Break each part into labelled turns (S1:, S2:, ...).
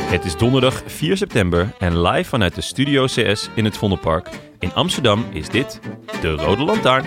S1: Het is donderdag 4 september en live vanuit de Studio CS in het Vondelpark in Amsterdam is dit de Rode Lantaarn.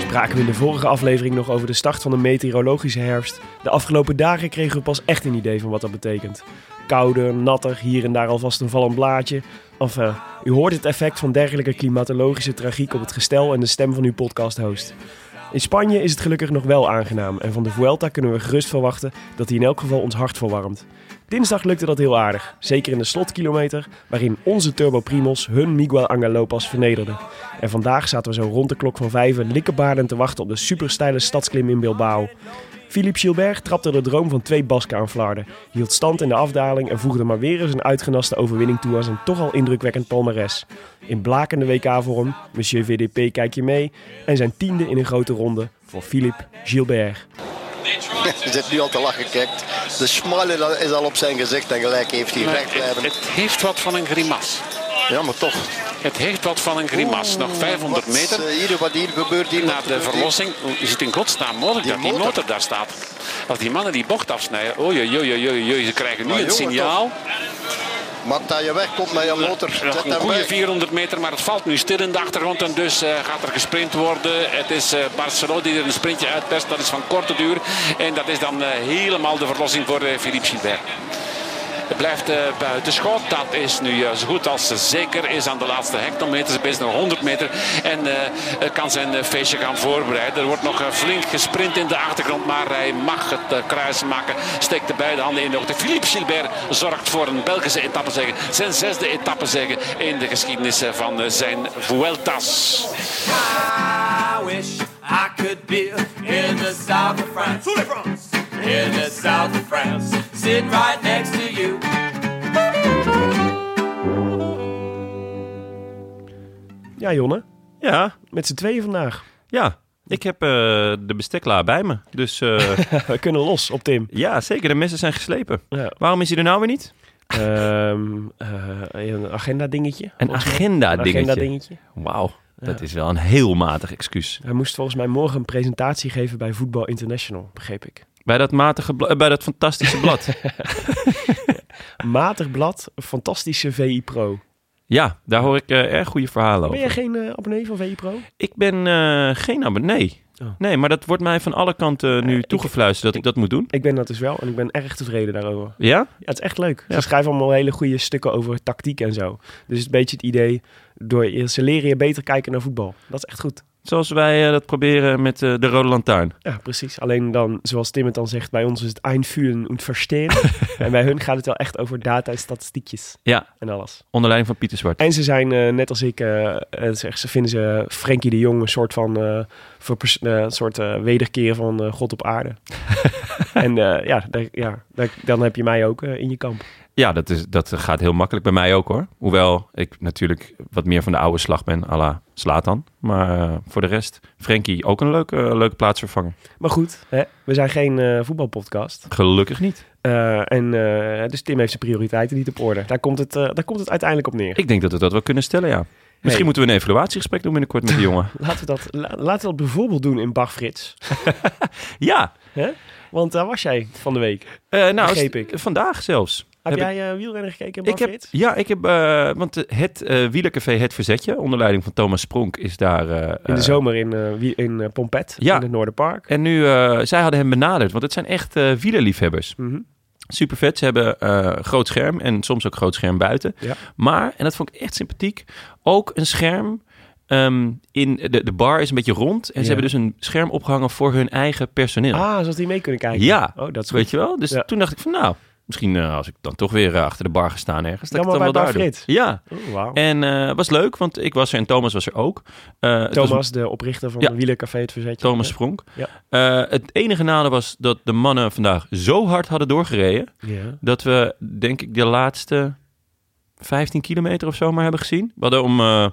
S2: Spraken we in de vorige aflevering nog over de start van de meteorologische herfst. De afgelopen dagen kregen we pas echt een idee van wat dat betekent. Kouder, natter, hier en daar alvast een vallend blaadje. Enfin, u hoort het effect van dergelijke klimatologische tragiek op het gestel en de stem van uw podcast-host. In Spanje is het gelukkig nog wel aangenaam en van de Vuelta kunnen we gerust verwachten dat hij in elk geval ons hart verwarmt. Dinsdag lukte dat heel aardig, zeker in de slotkilometer, waarin onze Turbo Primos hun Miguel Angel Lopez vernederden. En vandaag zaten we zo rond de klok van vijven likkebaardend te wachten op de supersteile stadsklim in Bilbao. Philippe Gilbert trapte de droom van twee Basken aan Vlaarden, hield stand in de afdaling en voegde maar weer eens een uitgenaste overwinning toe aan zijn toch al indrukwekkend palmares. In blakende WK-vorm, Monsieur VDP kijkt je mee en zijn tiende in een grote ronde voor Philippe Gilbert.
S3: Hij zit nu al te lachen, kijkt. De smile is al op zijn gezicht en gelijk heeft hij
S4: Maar
S3: recht blijven.
S4: Het, het heeft wat van een grimas.
S3: Ja, maar toch.
S4: Het heeft wat van een grimas. Nog 500
S3: Wat,
S4: meter
S3: eh, hier, wat hier gebeurt, hier
S4: na
S3: wat
S4: de
S3: gebeurt,
S4: verlossing is het in godsnaam mogelijk
S3: Die
S4: dat die
S3: motor.
S4: motor daar staat. Als die mannen die bocht afsnijden, oh jee, jee, jee, jee, ze krijgen nu
S3: Maar
S4: het
S3: jongen,
S4: signaal.
S3: hier. Maar dat je wegkomt met je motor, zet
S4: Nog een
S3: hem
S4: goede
S3: weg.
S4: 400 meter, maar het valt nu stil in de achtergrond en dus eh, gaat er gesprint worden. Het is eh Barcelona die er een sprintje uitperst, dat is van korte duur. En dat is dan eh, helemaal de verlossing voor eh, Philippe Gilbert. Het blijft eh buitenschot, dat is nu eh, zo goed als eh, zeker is aan de laatste hectometers, bezig nog 100 meter. En eh, eh, kan zijn eh, feestje gaan voorbereiden. Er wordt nog eh, flink gesprint in de achtergrond, maar hij mag het eh, kruis maken. Steekt de beide handen in de hoogte. Philippe Gilbert zorgt voor een Belgische etappezege, zijn zesde etappezege in de geschiedenis eh, van eh, zijn Vueltas.
S5: I wish I could be in the south of France. In the south of France, sitting right next to you.
S2: Ja, Jonne,
S1: Ja,
S2: met z'n tweeën vandaag.
S1: ja. Ik heb eh, de besteklaar bij me. Dus eh,
S2: We kunnen los op Tim.
S1: ja, zeker. De messen zijn geslepen.
S2: Ja.
S1: Waarom is hij er nou weer niet?
S2: Ehm, eh, een agenda dingetje.
S1: Een agenda
S2: agenda
S1: dingetje.
S2: dingetje.
S1: Wauw, dat is wel een heel matig excuus.
S2: Hij moest volgens mij morgen een presentatie geven bij Voetbal International, begreep ik.
S1: Bij dat matige, bla- eh, bij dat fantastische blad.
S2: Matig blad, een fantastische VI Pro.
S1: ja, daar hoor ik eh, erg goede verhalen
S2: Ben
S1: over.
S2: jij geen eh, abonnee van VI Pro?
S1: Ik ben eh, geen abonnee.
S2: Oh.
S1: Nee, maar dat wordt mij van alle kanten nu
S2: ik-
S1: toegefluisterd dat Eh, ik, dat moet doen.
S2: Ik ben dat dus wel en ik ben erg tevreden daarover.
S1: Ja?
S2: Ja, het is echt leuk. Ze schrijven allemaal hele goede stukken over tactiek en zo. Dus het is een beetje het idee, door, je- ze leren je beter kijken naar voetbal. Dat is echt goed.
S1: Zoals wij eh, dat proberen met eh, de Rode Lantaarn.
S2: Ja, precies. Alleen dan, zoals Tim het dan zegt, bij ons is het einfühlen und verstehen. en bij hun gaat het wel echt over data en statistiekjes
S1: Ja,
S2: en alles.
S1: onder leiding van Pieter Zwart.
S2: En ze zijn, eh, net als ik, eh, eh, zeg, ze vinden ze Frenkie de Jong een soort van eh, verpers- eh, een soort eh, wederkeer van eh, God op aarde. en eh, ja, daar- ja daar- dan heb je mij ook eh, in je kamp.
S1: Ja, dat, is, dat gaat heel makkelijk bij mij ook hoor. Hoewel ik natuurlijk wat meer van de oude slag ben, à la Slatan. Maar eh, voor de rest, Frenkie ook een leuke, eh, leuke plaatsvervanger.
S2: Maar goed, hè, we zijn geen eh, voetbalpodcast.
S1: Gelukkig niet.
S2: Eh, en, eh, dus Tim heeft zijn prioriteiten niet op orde. Daar komt het, eh, daar komt het uiteindelijk op neer.
S1: Ik denk dat we dat wel kunnen stellen, ja. Misschien
S2: Hey.
S1: moeten we een evaluatiegesprek doen binnenkort met de jongen.
S2: Laten we dat, la- laten we dat bijvoorbeeld doen in Bach Frits.
S1: Ja,
S2: Hè? Want daar was jij van de week.
S1: eh, nou,
S2: Begreep
S1: st-
S2: ik.
S1: vandaag zelfs.
S2: Heb,
S1: Heb
S2: jij eh, wielrennen gekeken,
S1: Ik heb,
S2: Manfred?
S1: ja, ik heb, eh, want eh, het eh wielercafé Het Verzetje, onder leiding van Thomas Spronk, is daar... eh,
S2: In de
S1: eh,
S2: zomer in, eh, wie- in eh, Pompet,
S1: Ja.
S2: in het Noorderpark.
S1: En nu, eh, zij hadden hem benaderd, want het zijn echt eh wielerliefhebbers.
S2: Mhm.
S1: Super vet, ze hebben eh, groot scherm en soms ook groot scherm buiten.
S2: Ja.
S1: Maar, en dat vond ik echt sympathiek, ook een scherm ehm, in... De, de bar is een beetje rond en
S2: Ja.
S1: ze hebben dus een scherm opgehangen voor hun eigen personeel.
S2: Ah, zodat die mee kunnen kijken.
S1: Ja.
S2: Oh, dat is
S1: Weet
S2: goed.
S1: je wel? Dus
S2: Ja.
S1: toen dacht ik van nou, misschien eh, als ik dan toch weer eh, achter de bar ga staan ergens. Dat
S2: Dan
S1: ik het
S2: maar
S1: dan
S2: bij
S1: wel
S2: Bar
S1: daar doe.
S2: Frits.
S1: Ja,
S2: Oh, wauw.
S1: en eh was leuk, want ik was er en Thomas was er ook. Eh, het was
S2: Thomas, de oprichter van
S1: Ja.
S2: de Wielercafé Het Verzetje.
S1: Thomas Spronk.
S2: Ja.
S1: Eh, het enige nadeel was dat de mannen vandaag zo hard hadden doorgereden...
S2: Ja.
S1: dat we, denk ik, de laatste 15 kilometer of zo maar hebben gezien. We hadden om eh,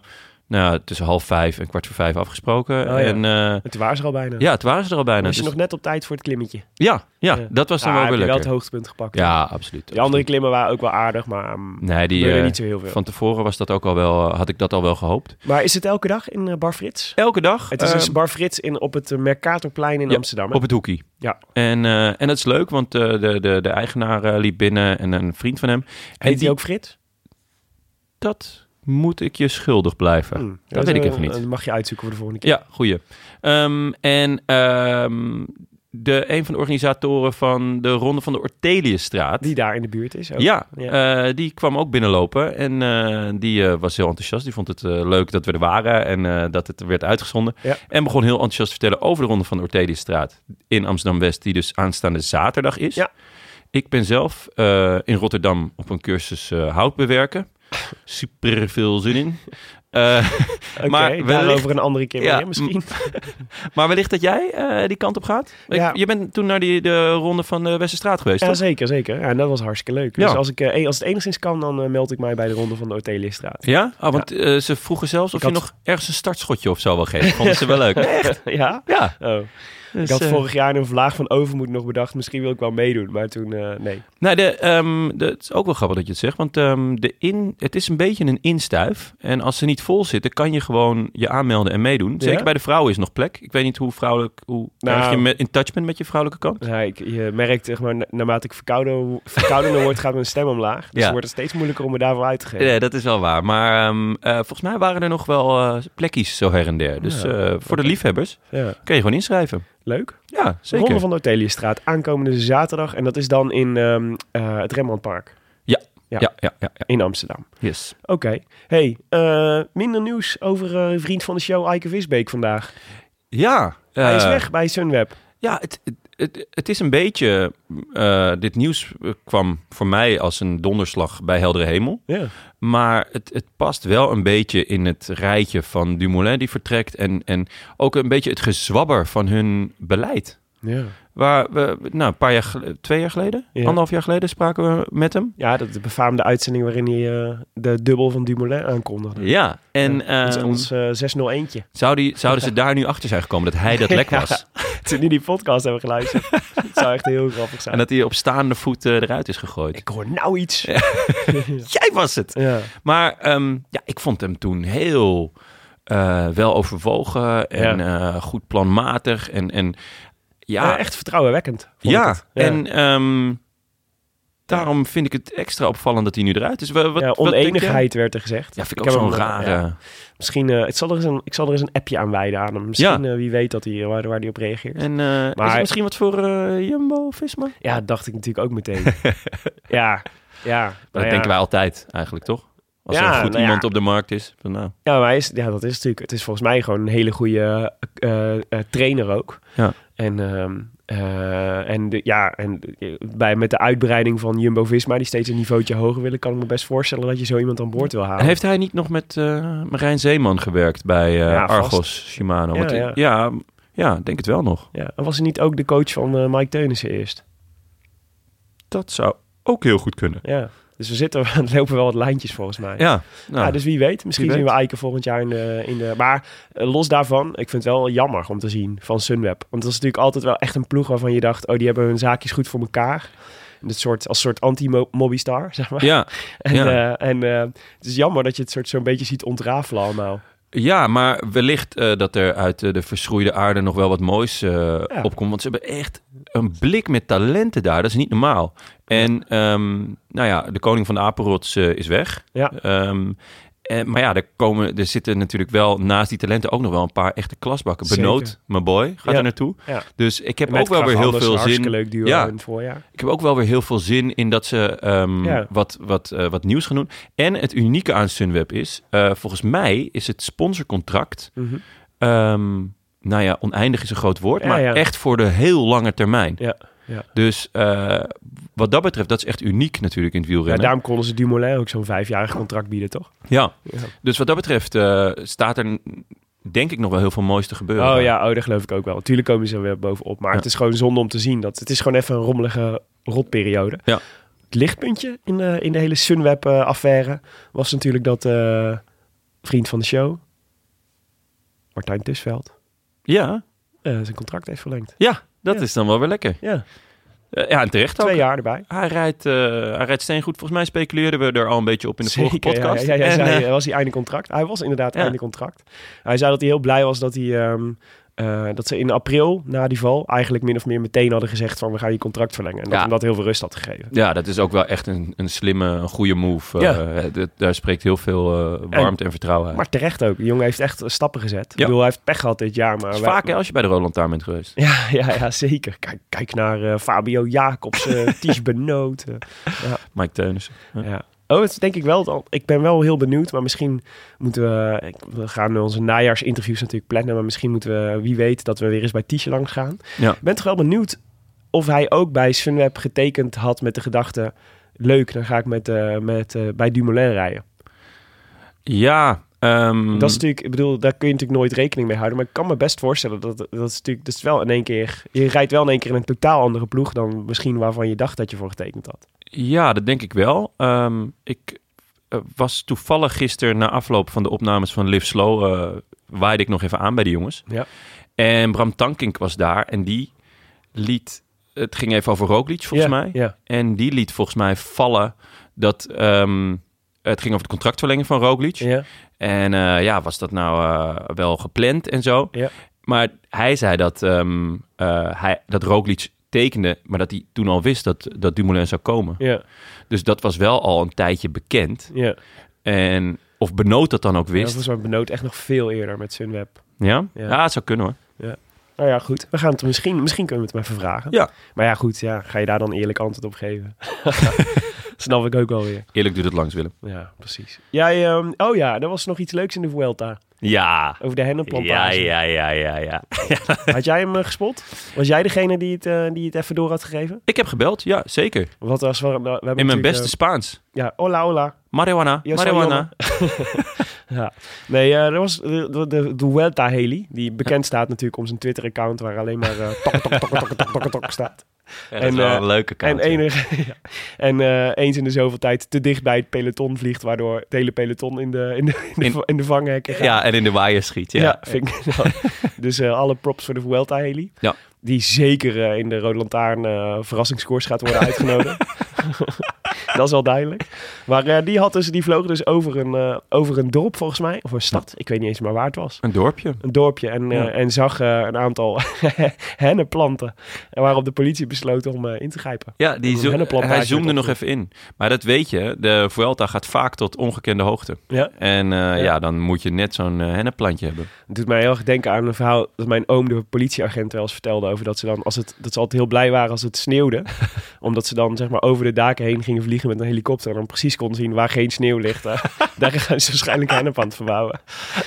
S1: nou, tussen half vijf en kwart voor vijf afgesproken.
S2: Oh, ja.
S1: En eh,
S2: En toen waren ze er al bijna.
S1: ja, het waren ze er al bijna.
S2: was je
S1: Dus-
S2: nog net op tijd voor het klimmetje.
S1: ja, ja,
S2: Ja.
S1: dat was dan
S2: Ah,
S1: wel
S2: heb
S1: weer
S2: je wel het
S1: lekker.
S2: hoogtepunt gepakt.
S1: Ja, absoluut.
S2: Die andere klimmen waren ook wel aardig, maar... mm,
S1: Nee, die,
S2: gebeurde
S1: eh,
S2: niet zo heel veel.
S1: van tevoren was dat ook al wel, eh, had ik dat al wel gehoopt.
S2: Maar is het elke dag in eh, Bar Frits?
S1: Elke dag.
S2: Het is
S1: eh,
S2: dus Bar Frits in, op het eh, Mercatorplein in
S1: Ja,
S2: Amsterdam. hè?
S1: Op het hoekie.
S2: Ja.
S1: En, eh, en dat is leuk, want eh, de, de, de eigenaar eh, liep binnen en een vriend van hem. En
S2: Heet die ook Frits?
S1: Dat moet ik je schuldig blijven.
S2: Hm,
S1: dat weet ik
S2: eh,
S1: even niet.
S2: Dat mag je uitzoeken voor de volgende keer.
S1: Ja, goeie. Ehm, en ehm, de, een van de organisatoren van de Ronde van de Orteliusstraat.
S2: Die daar in de buurt is. ook.
S1: Ja,
S2: Ja.
S1: eh, die kwam ook binnenlopen en eh, die eh, was heel enthousiast. Die vond het eh, leuk dat we er waren en eh, dat het werd uitgezonden.
S2: Ja.
S1: En begon heel enthousiast te vertellen over de Ronde van de Orteliusstraat in Amsterdam-West, die dus aanstaande zaterdag is.
S2: Ja.
S1: Ik ben zelf eh, in Rotterdam op een cursus eh, hout bewerken. Super veel zin in. Eh,
S2: Oké,
S1: maar wellicht-
S2: daarover een andere keer
S1: Ja,
S2: meer misschien.
S1: maar wellicht dat jij eh, die kant op gaat. Ik-
S2: Ja.
S1: Je bent toen naar die, de ronde van de Westerstraat geweest,
S2: Ja,
S1: toch?
S2: zeker, zeker. Ja, en dat was hartstikke leuk.
S1: Ja.
S2: Dus als, ik, eh, als het enigszins kan, dan eh, meld ik mij bij de Ronde van de Oteliestraat.
S1: Ja? Ah, want eh, ze vroegen zelfs of
S2: Ik
S1: je
S2: had-
S1: nog ergens een startschotje of zo wil geven. Vonden ze wel leuk. Nee, echt?
S2: ja?
S1: Ja.
S2: Oh.
S1: Dus,
S2: ik had
S1: eh,
S2: vorig jaar in een vlaag van Overmoed nog bedacht, misschien wil ik wel meedoen. Maar toen, eh, nee.
S1: Nou, de, ehm, de- het is ook wel grappig dat je het zegt. Want ehm, de in, het is een beetje een instuif. En als ze niet vol zitten, kan je gewoon je aanmelden en meedoen. Zeker bij de vrouwen is nog plek. Ik weet niet hoe vrouwelijk... Hoe
S2: Nou.
S1: erg je met, in touch bent met je vrouwelijke kant.
S2: Ja, Dus ik, je merkt, zeg maar, na- naarmate ik verkouden, verkoudener word, gaat mijn stem omlaag. Dus
S1: Ja.
S2: het wordt het steeds moeilijker om me daarvoor uit te geven.
S1: Nee, dat is wel waar. Maar ehm, eh, volgens mij waren er nog wel eh, plekjes zo her en der. Dus
S2: Ja.
S1: eh, voor de liefhebbers
S2: Ja.
S1: kun je gewoon inschrijven.
S2: Leuk.
S1: Ja, zeker.
S2: Ronde van de Oteliestraat, aankomende zaterdag. En dat is dan in ehm, eh, het Rembrandtpark
S1: ja. Ja, ja, ja,
S2: in Amsterdam.
S1: Yes.
S2: Oké. Hey, eh, minder nieuws over eh, een vriend van de show, Eike Visbeek, vandaag.
S1: Ja.
S2: Hij is
S1: eh,
S2: weg bij Sunweb.
S1: Ja, het, het, het, het is een beetje... eh, dit nieuws eh, kwam voor mij als een donderslag bij heldere hemel.
S2: Ja.
S1: Maar het, het past wel een beetje in het rijtje van Dumoulin die vertrekt. En, en ook een beetje het gezwabber van hun beleid.
S2: Ja.
S1: Waar we, nou, een paar jaar, gel- twee jaar geleden,
S2: Ja.
S1: anderhalf jaar geleden spraken we met hem.
S2: Ja, dat de befaamde uitzending waarin hij eh, de dubbel van Dumoulin aankondigde.
S1: Ja, en
S2: Dat is
S1: ehm,
S2: ons eh 601-tje.
S1: zou die, zouden ze daar nu achter zijn gekomen dat hij dat lek was?
S2: Toen die die podcast hebben geluisterd. dat zou echt heel grappig zijn.
S1: En dat hij op staande voet eh, eruit is gegooid.
S2: Ik hoor nou iets. Ja.
S1: Jij was het!
S2: Ja.
S1: Maar ehm, ja, ik vond hem toen heel eh, wel overwogen en eh, goed planmatig. En, en ja,
S2: echt vertrouwenwekkend. vond ik
S1: ja.
S2: het.
S1: en ehm, daarom vind ik het extra opvallend dat hij nu eruit is. Wa- Wat,
S2: ja,
S1: wat denk jij?
S2: oneenigheid werd er gezegd.
S1: Ja, vind
S2: Ik
S1: ik ook
S2: heb
S1: zo'n
S2: hem,
S1: rare...
S2: ja. Misschien, eh, het zal er eens een, ik zal er eens een appje aan wijden aan hem. Misschien, eh, wie weet dat hij, eh, waar, waar hij op reageert.
S1: En eh,
S2: Maar- Nou
S1: is er misschien wat voor eh, Jumbo, Visma?
S2: Ja, dat dacht ik natuurlijk ook meteen. ja, ja. nou
S1: Dat
S2: ja.
S1: denken wij altijd eigenlijk, toch? Als
S2: Ja,
S1: er goed
S2: nou ja.
S1: iemand op de markt is. van nou.
S2: Ja, maar hij is, ja, dat is natuurlijk. Het is volgens mij gewoon een hele goede eh, eh, eh, trainer ook.
S1: Ja.
S2: En, ehm, eh, en de- ja, en eh, bij, met de uitbreiding van Jumbo Visma, die steeds een niveautje hoger willen, kan ik me best voorstellen dat je zo iemand aan boord wil halen.
S1: Heeft hij niet nog met eh, Marijn Zeeman gewerkt bij eh,
S2: Ja, vast.
S1: Argos Shimano?
S2: Ja,
S1: Want,
S2: ja.
S1: ja. Ja, denk het wel nog.
S2: Ja, en was hij niet ook de coach van eh, Mike Teunissen eerst?
S1: Dat zou ook heel goed kunnen.
S2: Ja. Dus we zitten, we lopen wel wat lijntjes volgens mij.
S1: Ja, nou,
S2: Ja, dus wie weet. Misschien
S1: Wie
S2: zien
S1: weet.
S2: we Eiken volgend jaar in de... In de maar eh, los daarvan, ik vind het wel jammer om te zien van Sunweb. Want dat is natuurlijk altijd wel echt een ploeg waarvan je dacht... oh, die hebben hun zaakjes goed voor elkaar. En Dat soort, als soort anti-mobbystar, zeg maar.
S1: ja,
S2: en
S1: ja.
S2: eh, en eh, het is jammer dat je het soort zo'n beetje ziet ontrafelen allemaal.
S1: Ja, maar wellicht eh, dat er uit eh, de verschroeide aarde nog wel wat moois eh,
S2: Ja.
S1: opkomt. Want ze hebben echt een blik met talenten daar. Dat is niet normaal. En ehm, nou ja, de koning van de apenrots eh, is weg.
S2: Ja.
S1: Ehm, en, maar ja, er, komen, er zitten natuurlijk wel naast die talenten ook nog wel een paar echte klasbakken.
S2: Zeker.
S1: Benoot, mijn boy, gaat
S2: Ja.
S1: er naartoe.
S2: Ja.
S1: Dus ik heb
S2: Met
S1: ook wel weer
S2: Krach
S1: heel
S2: Anders,
S1: veel
S2: een
S1: zin.
S2: Hartstikke leuk duo
S1: Ja.
S2: in het voorjaar.
S1: Ik heb ook wel weer heel veel zin in dat ze ehm,
S2: Ja.
S1: wat, wat, eh, wat nieuws gaan doen. En het unieke aan Sunweb is, eh, volgens mij is het sponsorcontract,
S2: Mhm.
S1: ehm, nou ja, oneindig is een groot woord,
S2: Ja,
S1: maar
S2: ja.
S1: echt voor de heel lange termijn.
S2: Ja, ja.
S1: Dus eh, wat dat betreft, dat is echt uniek natuurlijk in het
S2: ja,
S1: wielrennen.
S2: daarom konden ze Dumoulin ook zo'n vijfjarig contract bieden, toch?
S1: Ja.
S2: Ja.
S1: dus wat dat betreft eh, staat er denk ik nog wel heel veel moois te gebeuren.
S2: Oh ja, oh, dat geloof ik ook wel. Natuurlijk komen ze weer bovenop. Maar
S1: Ja.
S2: het is gewoon zonde om te zien. Dat, het is gewoon even een rommelige rotperiode.
S1: Ja.
S2: Het lichtpuntje in de, in de hele Sunweb-affaire was natuurlijk dat eh, vriend van de show, Martijn Tusveld,
S1: Ja,
S2: eh, zijn contract heeft verlengd.
S1: ja dat
S2: Ja.
S1: is dan wel weer lekker.
S2: Ja,
S1: Eh, ja, en terecht ook.
S2: twee jaar erbij.
S1: Hij rijdt, eh hij rijdt steengoed. Volgens mij speculeerden we er al een beetje op in de vorige
S2: Zeker, ja.
S1: podcast.
S2: Ja, jij
S1: En,
S2: zei,
S1: eh,
S2: was hij einde contract? Hij was inderdaad
S1: Ja.
S2: einde contract. Hij zei dat hij heel blij was dat, hij, ehm, eh, dat ze in april, na die val, eigenlijk min of meer meteen hadden gezegd van we gaan je contract verlengen. En dat
S1: Ja.
S2: hem dat heel veel rust had gegeven.
S1: ja, dat is ook wel echt een, een slimme, een goede move. Eh,
S2: Ja.
S1: dat- daar spreekt heel veel eh, warmte en, vertrouwen uit. Maar,
S2: Maar terecht ook. De jongen heeft echt stappen gezet. Ik
S1: Ja.
S2: bedoel, hij heeft pech gehad dit jaar. Maar
S1: is
S2: wij-
S1: vaak hè, als je bij de Roland Taar bent geweest.
S2: Ja, ja, ja, zeker. Kijk, kijk naar eh, Fabio Jacobs, eh Ties Benoot. eh.
S1: Mike Teunissen. Ja.
S2: ja. Oh, het is denk ik wel. het al- Ik ben wel heel benieuwd. Maar misschien moeten we... ik- We gaan onze najaarsinterviews natuurlijk plannen. Maar misschien moeten we... Wie weet dat we weer eens bij Tiesje langs gaan.
S1: Ja.
S2: Ik ben toch wel benieuwd of hij ook bij Sunweb getekend had met de gedachte... Leuk, dan ga ik met, eh, met, eh, bij Dumoulin rijden.
S1: Ja, ehm,
S2: Dat is natuurlijk, ik bedoel, daar kun je natuurlijk nooit rekening mee houden. Maar ik kan me best voorstellen dat dat is natuurlijk, dat is wel in één keer. Je rijdt wel in één keer in een totaal andere ploeg dan misschien waarvan je dacht dat je voor getekend had.
S1: ja, dat denk ik wel. Ehm, ik eh, was toevallig gisteren na afloop van de opnames van Live Slow... eh, waaide ik nog even aan bij de jongens.
S2: Ja.
S1: En Bram Tankink was daar en die liet... Het ging even over Roglic volgens mij.
S2: Ja.
S1: En die liet volgens mij vallen dat ehm, het ging over het contractverlenging van Roglic.
S2: Ja.
S1: En eh, ja, was dat nou eh, wel gepland en zo.
S2: Ja.
S1: Maar hij zei dat, ehm, eh, hij, dat Roglic tekende, maar dat hij toen al wist dat, dat Dumoulin zou komen.
S2: Ja.
S1: Dus dat was wel al een tijdje bekend.
S2: Ja.
S1: En of Benoot dat dan ook
S2: ja.
S1: wist. Ja,
S2: Volgens mij benoot echt nog veel eerder met Sunweb.
S1: ja?
S2: Ja.
S1: het zou kunnen hoor.
S2: Nou ja, goed. We gaan het er misschien, misschien kunnen we het hem even vragen.
S1: Ja.
S2: Maar ja, goed. Ja, ga je daar dan eerlijk antwoord op geven? Snap ik ook wel weer.
S1: Eerlijk doet het langs, Willem.
S2: Ja, precies. Jij, ehm, oh ja, er was nog iets leuks in de Vuelta.
S1: Ja.
S2: Over de
S1: Ja,
S2: hennenplantage.
S1: ja, ja, ja, ja.
S2: Had jij hem eh, gespot? Was jij degene die het, eh, die het even door had gegeven?
S1: Ik heb gebeld, ja, zeker.
S2: Wat was, we, we hebben
S1: In mijn
S2: natuurlijk,
S1: beste
S2: eh,
S1: Spaans.
S2: Ja, hola, hola.
S1: Marihuana,
S2: Yo soy
S1: marihuana.
S2: Jonne. Ja. Nee, eh, er was de, de, de Duelta Haley, die bekend staat natuurlijk om zijn Twitter-account, waar alleen maar eh, tok, tok, tok, tok, tok, tok, tok staat.
S1: Ja,
S2: En, eh,
S1: leuke
S2: En, enig, ja. en eh, eens in de zoveel tijd te dicht bij het peloton vliegt, waardoor het hele peloton in de, in de, in de,
S1: In-
S2: in de vanghekken gaat.
S1: Ja, en in de waaier schiet. Ja.
S2: Ja, vind ik wel. Dus eh, alle props voor de Vuelta Haley.
S1: Ja.
S2: Die zeker eh, in de Rode Lantaarn eh verrassingscores gaat worden uitgenodigd. Dat is wel duidelijk. Maar eh, die, had dus, die vloog dus over een, eh, over een dorp volgens mij. Of een stad. Ik weet niet eens meer waar het was.
S1: Een dorpje.
S2: Een dorpje. En, eh,
S1: Ja.
S2: en zag eh, een aantal hennenplanten. En waarop de politie besloot om eh, in te grijpen.
S1: Ja, die
S2: Een
S1: zo-
S2: hennenplantage
S1: hij zoomde
S2: werd
S1: nog even in. Maar dat weet je, de Vuelta gaat vaak tot ongekende hoogte.
S2: Ja.
S1: En eh, ja. dan moet je net zo'n eh, hennenplantje hebben.
S2: Het doet mij heel erg denken aan een verhaal dat mijn oom de politieagent wel eens vertelde over dat ze dan als het dat ze altijd heel blij waren als het sneeuwde, omdat ze dan zeg maar over de daken heen gingen vliegen met een helikopter en dan precies konden zien waar geen sneeuw ligt. Eh, daar gaan ze waarschijnlijk aan het verbouwen.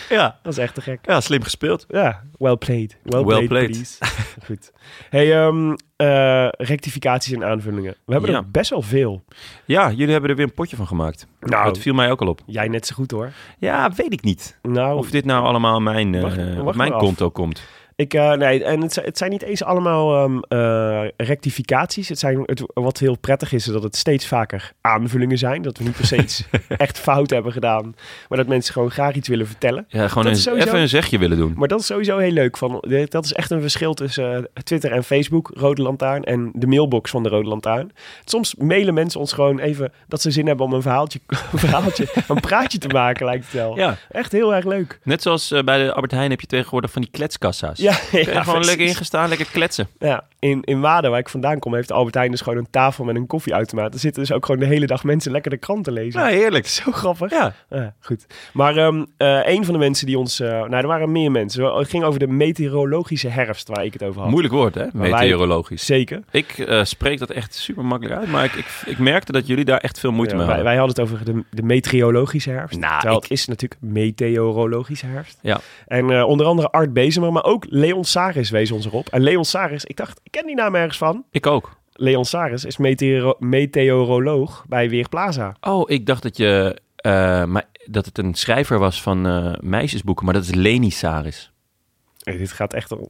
S1: Ja,
S2: Dat is echt te gek.
S1: ja slim gespeeld.
S2: Ja, well played. Well,
S1: Well
S2: played,
S1: played.
S2: please. Goed. Hey, ehm, eh, rectificaties en aanvullingen. We hebben
S1: Ja.
S2: er best wel veel.
S1: Ja, jullie hebben er weer een potje van gemaakt.
S2: Nou.
S1: Dat viel mij ook al op.
S2: Jij net zo goed hoor.
S1: Ja, weet ik niet.
S2: Nou,
S1: Of dit nou allemaal mijn, eh,
S2: Wacht- wacht
S1: op mijn
S2: maar af.
S1: konto komt.
S2: Ik Ik, eh, nee, en het, zi- het zijn niet eens allemaal ehm, eh, rectificaties. Het zijn, het, wat heel prettig is, is dat het steeds vaker aanvullingen zijn. Dat we niet per se iets echt fout hebben gedaan. Maar dat mensen gewoon graag iets willen vertellen.
S1: Ja, gewoon
S2: Dat
S1: een,
S2: is sowieso-
S1: even een zegje willen doen.
S2: Maar dat is sowieso heel leuk. Van, eh, dat is echt een verschil tussen eh, Twitter en Facebook, Rode Lantaarn, en de mailbox van de Rode Lantaarn. Soms mailen mensen ons gewoon even dat ze zin hebben om een verhaaltje, een, verhaaltje een praatje te maken, lijkt het wel.
S1: Ja,
S2: Echt heel erg leuk.
S1: net zoals eh, bij de Albert Heijn heb je tegenwoordig van die kletskassa's.
S2: Ja, ja,
S1: Kun je gewoon
S2: precies. Oh.
S1: lekker ingestaan, lekker kletsen.
S2: Ja, in, in Waden, waar ik vandaan kom, heeft Albert Heijn dus gewoon een tafel met een koffieautomaat. Er zitten dus ook gewoon de hele dag mensen lekker de krant te lezen.
S1: heerlijk.
S2: Zo grappig.
S1: Ja,
S2: Ja, goed. Maar ehm eh, een van de mensen die ons... eh, nou, er waren meer mensen. Het ging over de meteorologische herfst, waar ik het over had.
S1: moeilijk woord hè,
S2: wij-
S1: meteorologisch.
S2: Zeker.
S1: Ik eh, spreek dat echt super makkelijk uit, maar ik, ik, ik merkte dat jullie daar echt veel moeite
S2: Ja,
S1: mee
S2: wij,
S1: hadden.
S2: wij hadden het over de, de meteorologische herfst.
S1: Nou,
S2: terwijl
S1: ik-
S2: het is natuurlijk meteorologische herfst.
S1: Ja.
S2: En eh, onder andere Art Bezemer, maar ook Leon Saris wees ons erop. En Leon Saris, ik dacht, ik ken die naam ergens van.
S1: Ik ook.
S2: Leon Saris is meteoro- meteoroloog bij Weerplaza.
S1: Oh, ik dacht dat, je, eh, maar, dat het een schrijver was van eh, meisjesboeken, maar dat is Leni Saris.
S2: Eh, dit gaat echt... om-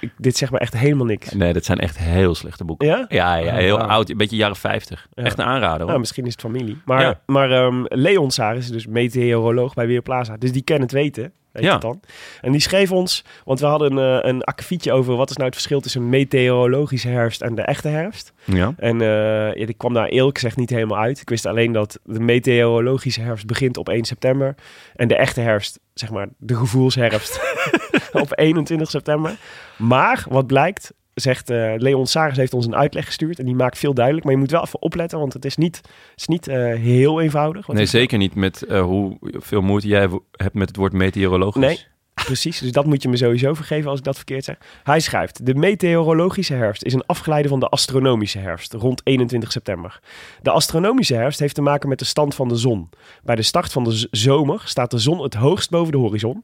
S2: ik- Dit zegt me echt helemaal niks.
S1: Nee, dat zijn echt heel slechte boeken.
S2: Ja?
S1: Ja, Ah, ja, heel
S2: Oh, wauw.
S1: oud, een beetje jaren 50. Echt een aanrader hoor.
S2: Nou, misschien is het familie. Maar,
S1: Ja.
S2: maar ehm, Leon Saris is dus meteoroloog bij Weerplaza. Dus die kan het weten. Weet
S1: Ja.
S2: je het dan. En die schreef ons, want we hadden een, eh, een akkefietje over wat is nou het verschil tussen meteorologische herfst en de echte herfst.
S1: ja.
S2: En eh, ja, ik kwam daar eerlijk gezegd niet helemaal uit. Ik wist alleen dat de meteorologische herfst begint op 1 september. En de echte herfst, zeg maar, de gevoelsherfst, op 21 september. Maar wat blijkt, zegt eh, Leon Saris heeft ons een uitleg gestuurd. En die maakt veel duidelijk. Maar je moet wel even opletten, want het is niet, het is niet eh, heel eenvoudig. Want
S1: Nee, zeker niet met eh, hoe veel moeite jij wo- hebt met het woord meteorologisch.
S2: Nee. Precies, dus dat moet je me sowieso vergeven als ik dat verkeerd zeg. Hij schrijft: De meteorologische herfst is een afgeleide van de astronomische herfst rond 21 september. De astronomische herfst heeft te maken met de stand van de zon. Bij de start van de z- zomer staat de zon het hoogst boven de horizon.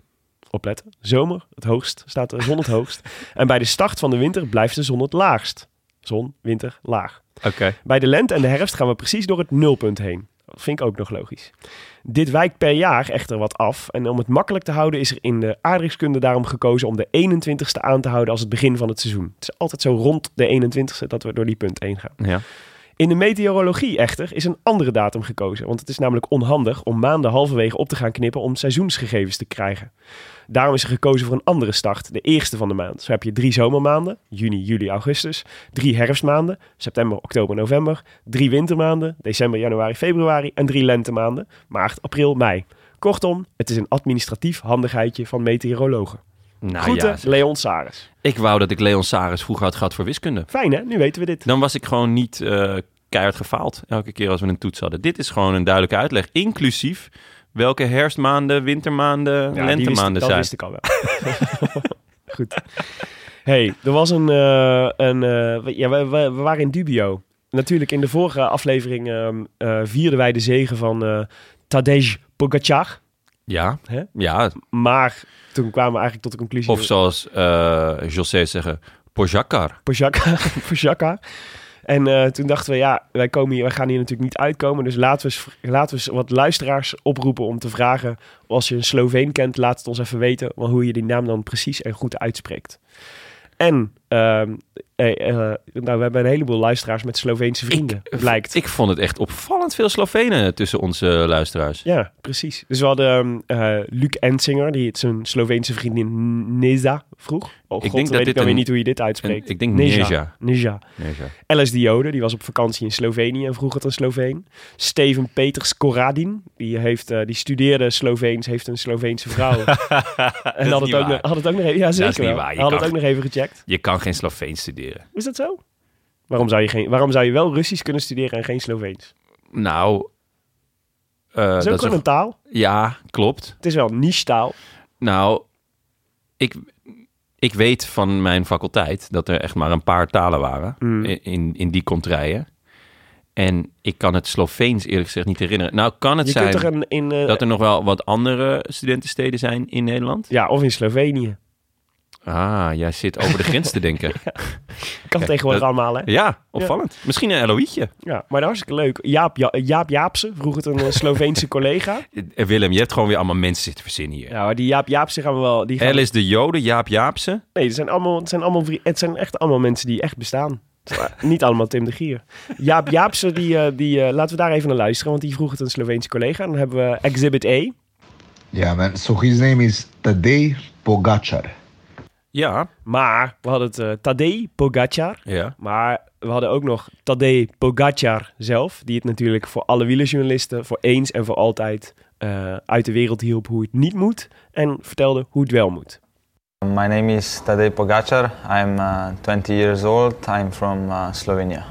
S2: Opletten, zomer het hoogst, staat de zon het hoogst. En bij de start van de winter blijft de zon het laagst. Zon, winter, laag.
S1: Oké.
S2: Bij de lente en de herfst gaan we precies door het nulpunt heen. Dat vind ik ook nog logisch. Dit wijkt per jaar echter wat af. En om het makkelijk te houden is er in de aardrijkskunde daarom gekozen om de 21ste aan te houden als het begin van het seizoen. Het is altijd zo rond de 21ste dat we door die punt heen gaan.
S1: Ja.
S2: In de meteorologie echter is een andere datum gekozen, want het is namelijk onhandig om maanden halverwege op te gaan knippen om seizoensgegevens te krijgen. Daarom is er gekozen voor een andere start, de eerste van de maand. Zo heb je drie zomermaanden, juni, juli, augustus, drie herfstmaanden, september, oktober, november, drie wintermaanden, december, januari, februari en drie lentemaanden, maart, april, mei. Kortom, het is een administratief handigheidje van meteorologen.
S1: Nou
S2: Groeten,
S1: ja, zeg.
S2: Leon Saris.
S1: ik wou dat ik Leon Saris vroeger had gehad voor wiskunde.
S2: Fijn hè, nu weten we dit.
S1: Dan was ik gewoon niet eh, keihard gefaald elke keer als we een toets hadden. Dit is gewoon een duidelijke uitleg, inclusief welke herfstmaanden, wintermaanden,
S2: Ja, die wist ik-
S1: lentemaanden
S2: Dat
S1: zijn.
S2: wist ik al wel. Goed. hey, er was een... eh, een eh, we- ja, we, we, we waren in dubio. Natuurlijk, in de vorige aflevering ehm, eh, vierden wij de zegen van eh Tadej Pogacar.
S1: Ja,
S2: Hè?
S1: ja,
S2: Maar toen kwamen we eigenlijk tot de conclusie...
S1: of zoals eh José zeggen, Pojakar.
S2: Pogacar. Pogacar. En eh, toen dachten we, ja, wij, komen hier, wij gaan hier natuurlijk niet uitkomen. Dus laten we, eens- laten we eens wat luisteraars oproepen om te vragen... als je een Sloveen kent, laat het ons even weten... wel hoe je die naam dan precies en goed uitspreekt. En ehm, eh, eh, nou, we hebben een heleboel luisteraars met Sloveense vrienden, blijkt.
S1: Ik vond het echt opvallend veel Slovenen tussen onze eh, luisteraars.
S2: Ja, precies. Dus we hadden ehm, eh, Luc Ensinger, die het zijn Sloveense vriendin Neza vroeg. Oh
S1: Ik denk
S2: god, dan
S1: dat
S2: weet
S1: dit
S2: ik dan
S1: een-
S2: weer niet hoe je dit uitspreekt.
S1: ik denk Neža.
S2: Neža.
S1: Nee, zo.
S2: Alice Diode, die was op vakantie in Slovenië en vroeg het een Sloveen. Steven Peters Koradin, die, heeft, eh, die studeerde Sloveens, heeft een Sloveense vrouw. en had
S1: niet
S2: het, ook
S1: waar.
S2: nog, had het ook nog even, ja, zeker
S1: niet
S2: wel.
S1: waar. Je
S2: Had
S1: kan-
S2: het ook nog even gecheckt.
S1: Je kan geen Sloveen studeren.
S2: Is dat zo? Waarom zou je, geen, waarom zou je wel Russisch kunnen studeren en geen Sloveens?
S1: Nou, eh,
S2: Dat is ook
S1: dat is
S2: gewoon een taal.
S1: een- ja, klopt.
S2: Het is wel een niche-taal.
S1: Nou, ik, ik weet van mijn faculteit dat er echt maar een paar talen waren
S2: Mm.
S1: in- in, in die kontrijen. En ik kan het Sloveens eerlijk gezegd niet herinneren. Nou, kan het
S2: Je
S1: zijn
S2: kunt toch een, in, eh,
S1: dat er nog wel wat andere studentensteden zijn in Nederland?
S2: ja, of in Slovenië.
S1: Ah, jij zit over de grens te denken.
S2: Kan
S1: Kijk,
S2: tegenwoordig
S1: dat-
S2: allemaal, hè?
S1: Ja, opvallend. Misschien een LOI'tje.
S2: Ja, maar dat was hartstikke leuk. Jaap, ja, Jaap Jaapse, vroeg het een eh, Sloveense collega.
S1: Eh, Willem, je hebt gewoon weer allemaal mensen zitten verzinnen hier.
S2: Ja, maar die Jaap Jaapse gaan we wel... Die gaan we-
S1: Alice de Jode, Jaap Jaapse.
S2: Nee, het zijn, allemaal, het, zijn allemaal vri- het zijn echt allemaal mensen die echt bestaan. Het zijn, eh, Niet allemaal Tim de Gier. Jaap Jaapse, die, eh, die, eh, laten we daar even naar luisteren, want die vroeg het een Sloveense collega. Dan hebben we Exhibit A.
S6: Yeah, man. So his name is Tadej Pogacar.
S1: Ja,
S2: Maar we hadden het eh Tadej Pogacar.
S1: ja.
S2: Maar we hadden ook nog Tadej Pogacar zelf, die het natuurlijk voor alle wielerjournalisten voor eens en voor altijd eh, uit de wereld hielp hoe het niet moet en vertelde hoe het wel moet.
S7: My name is Tadej Pogacar. I'm uh, 20 years old. I'm from uh, Slovenia.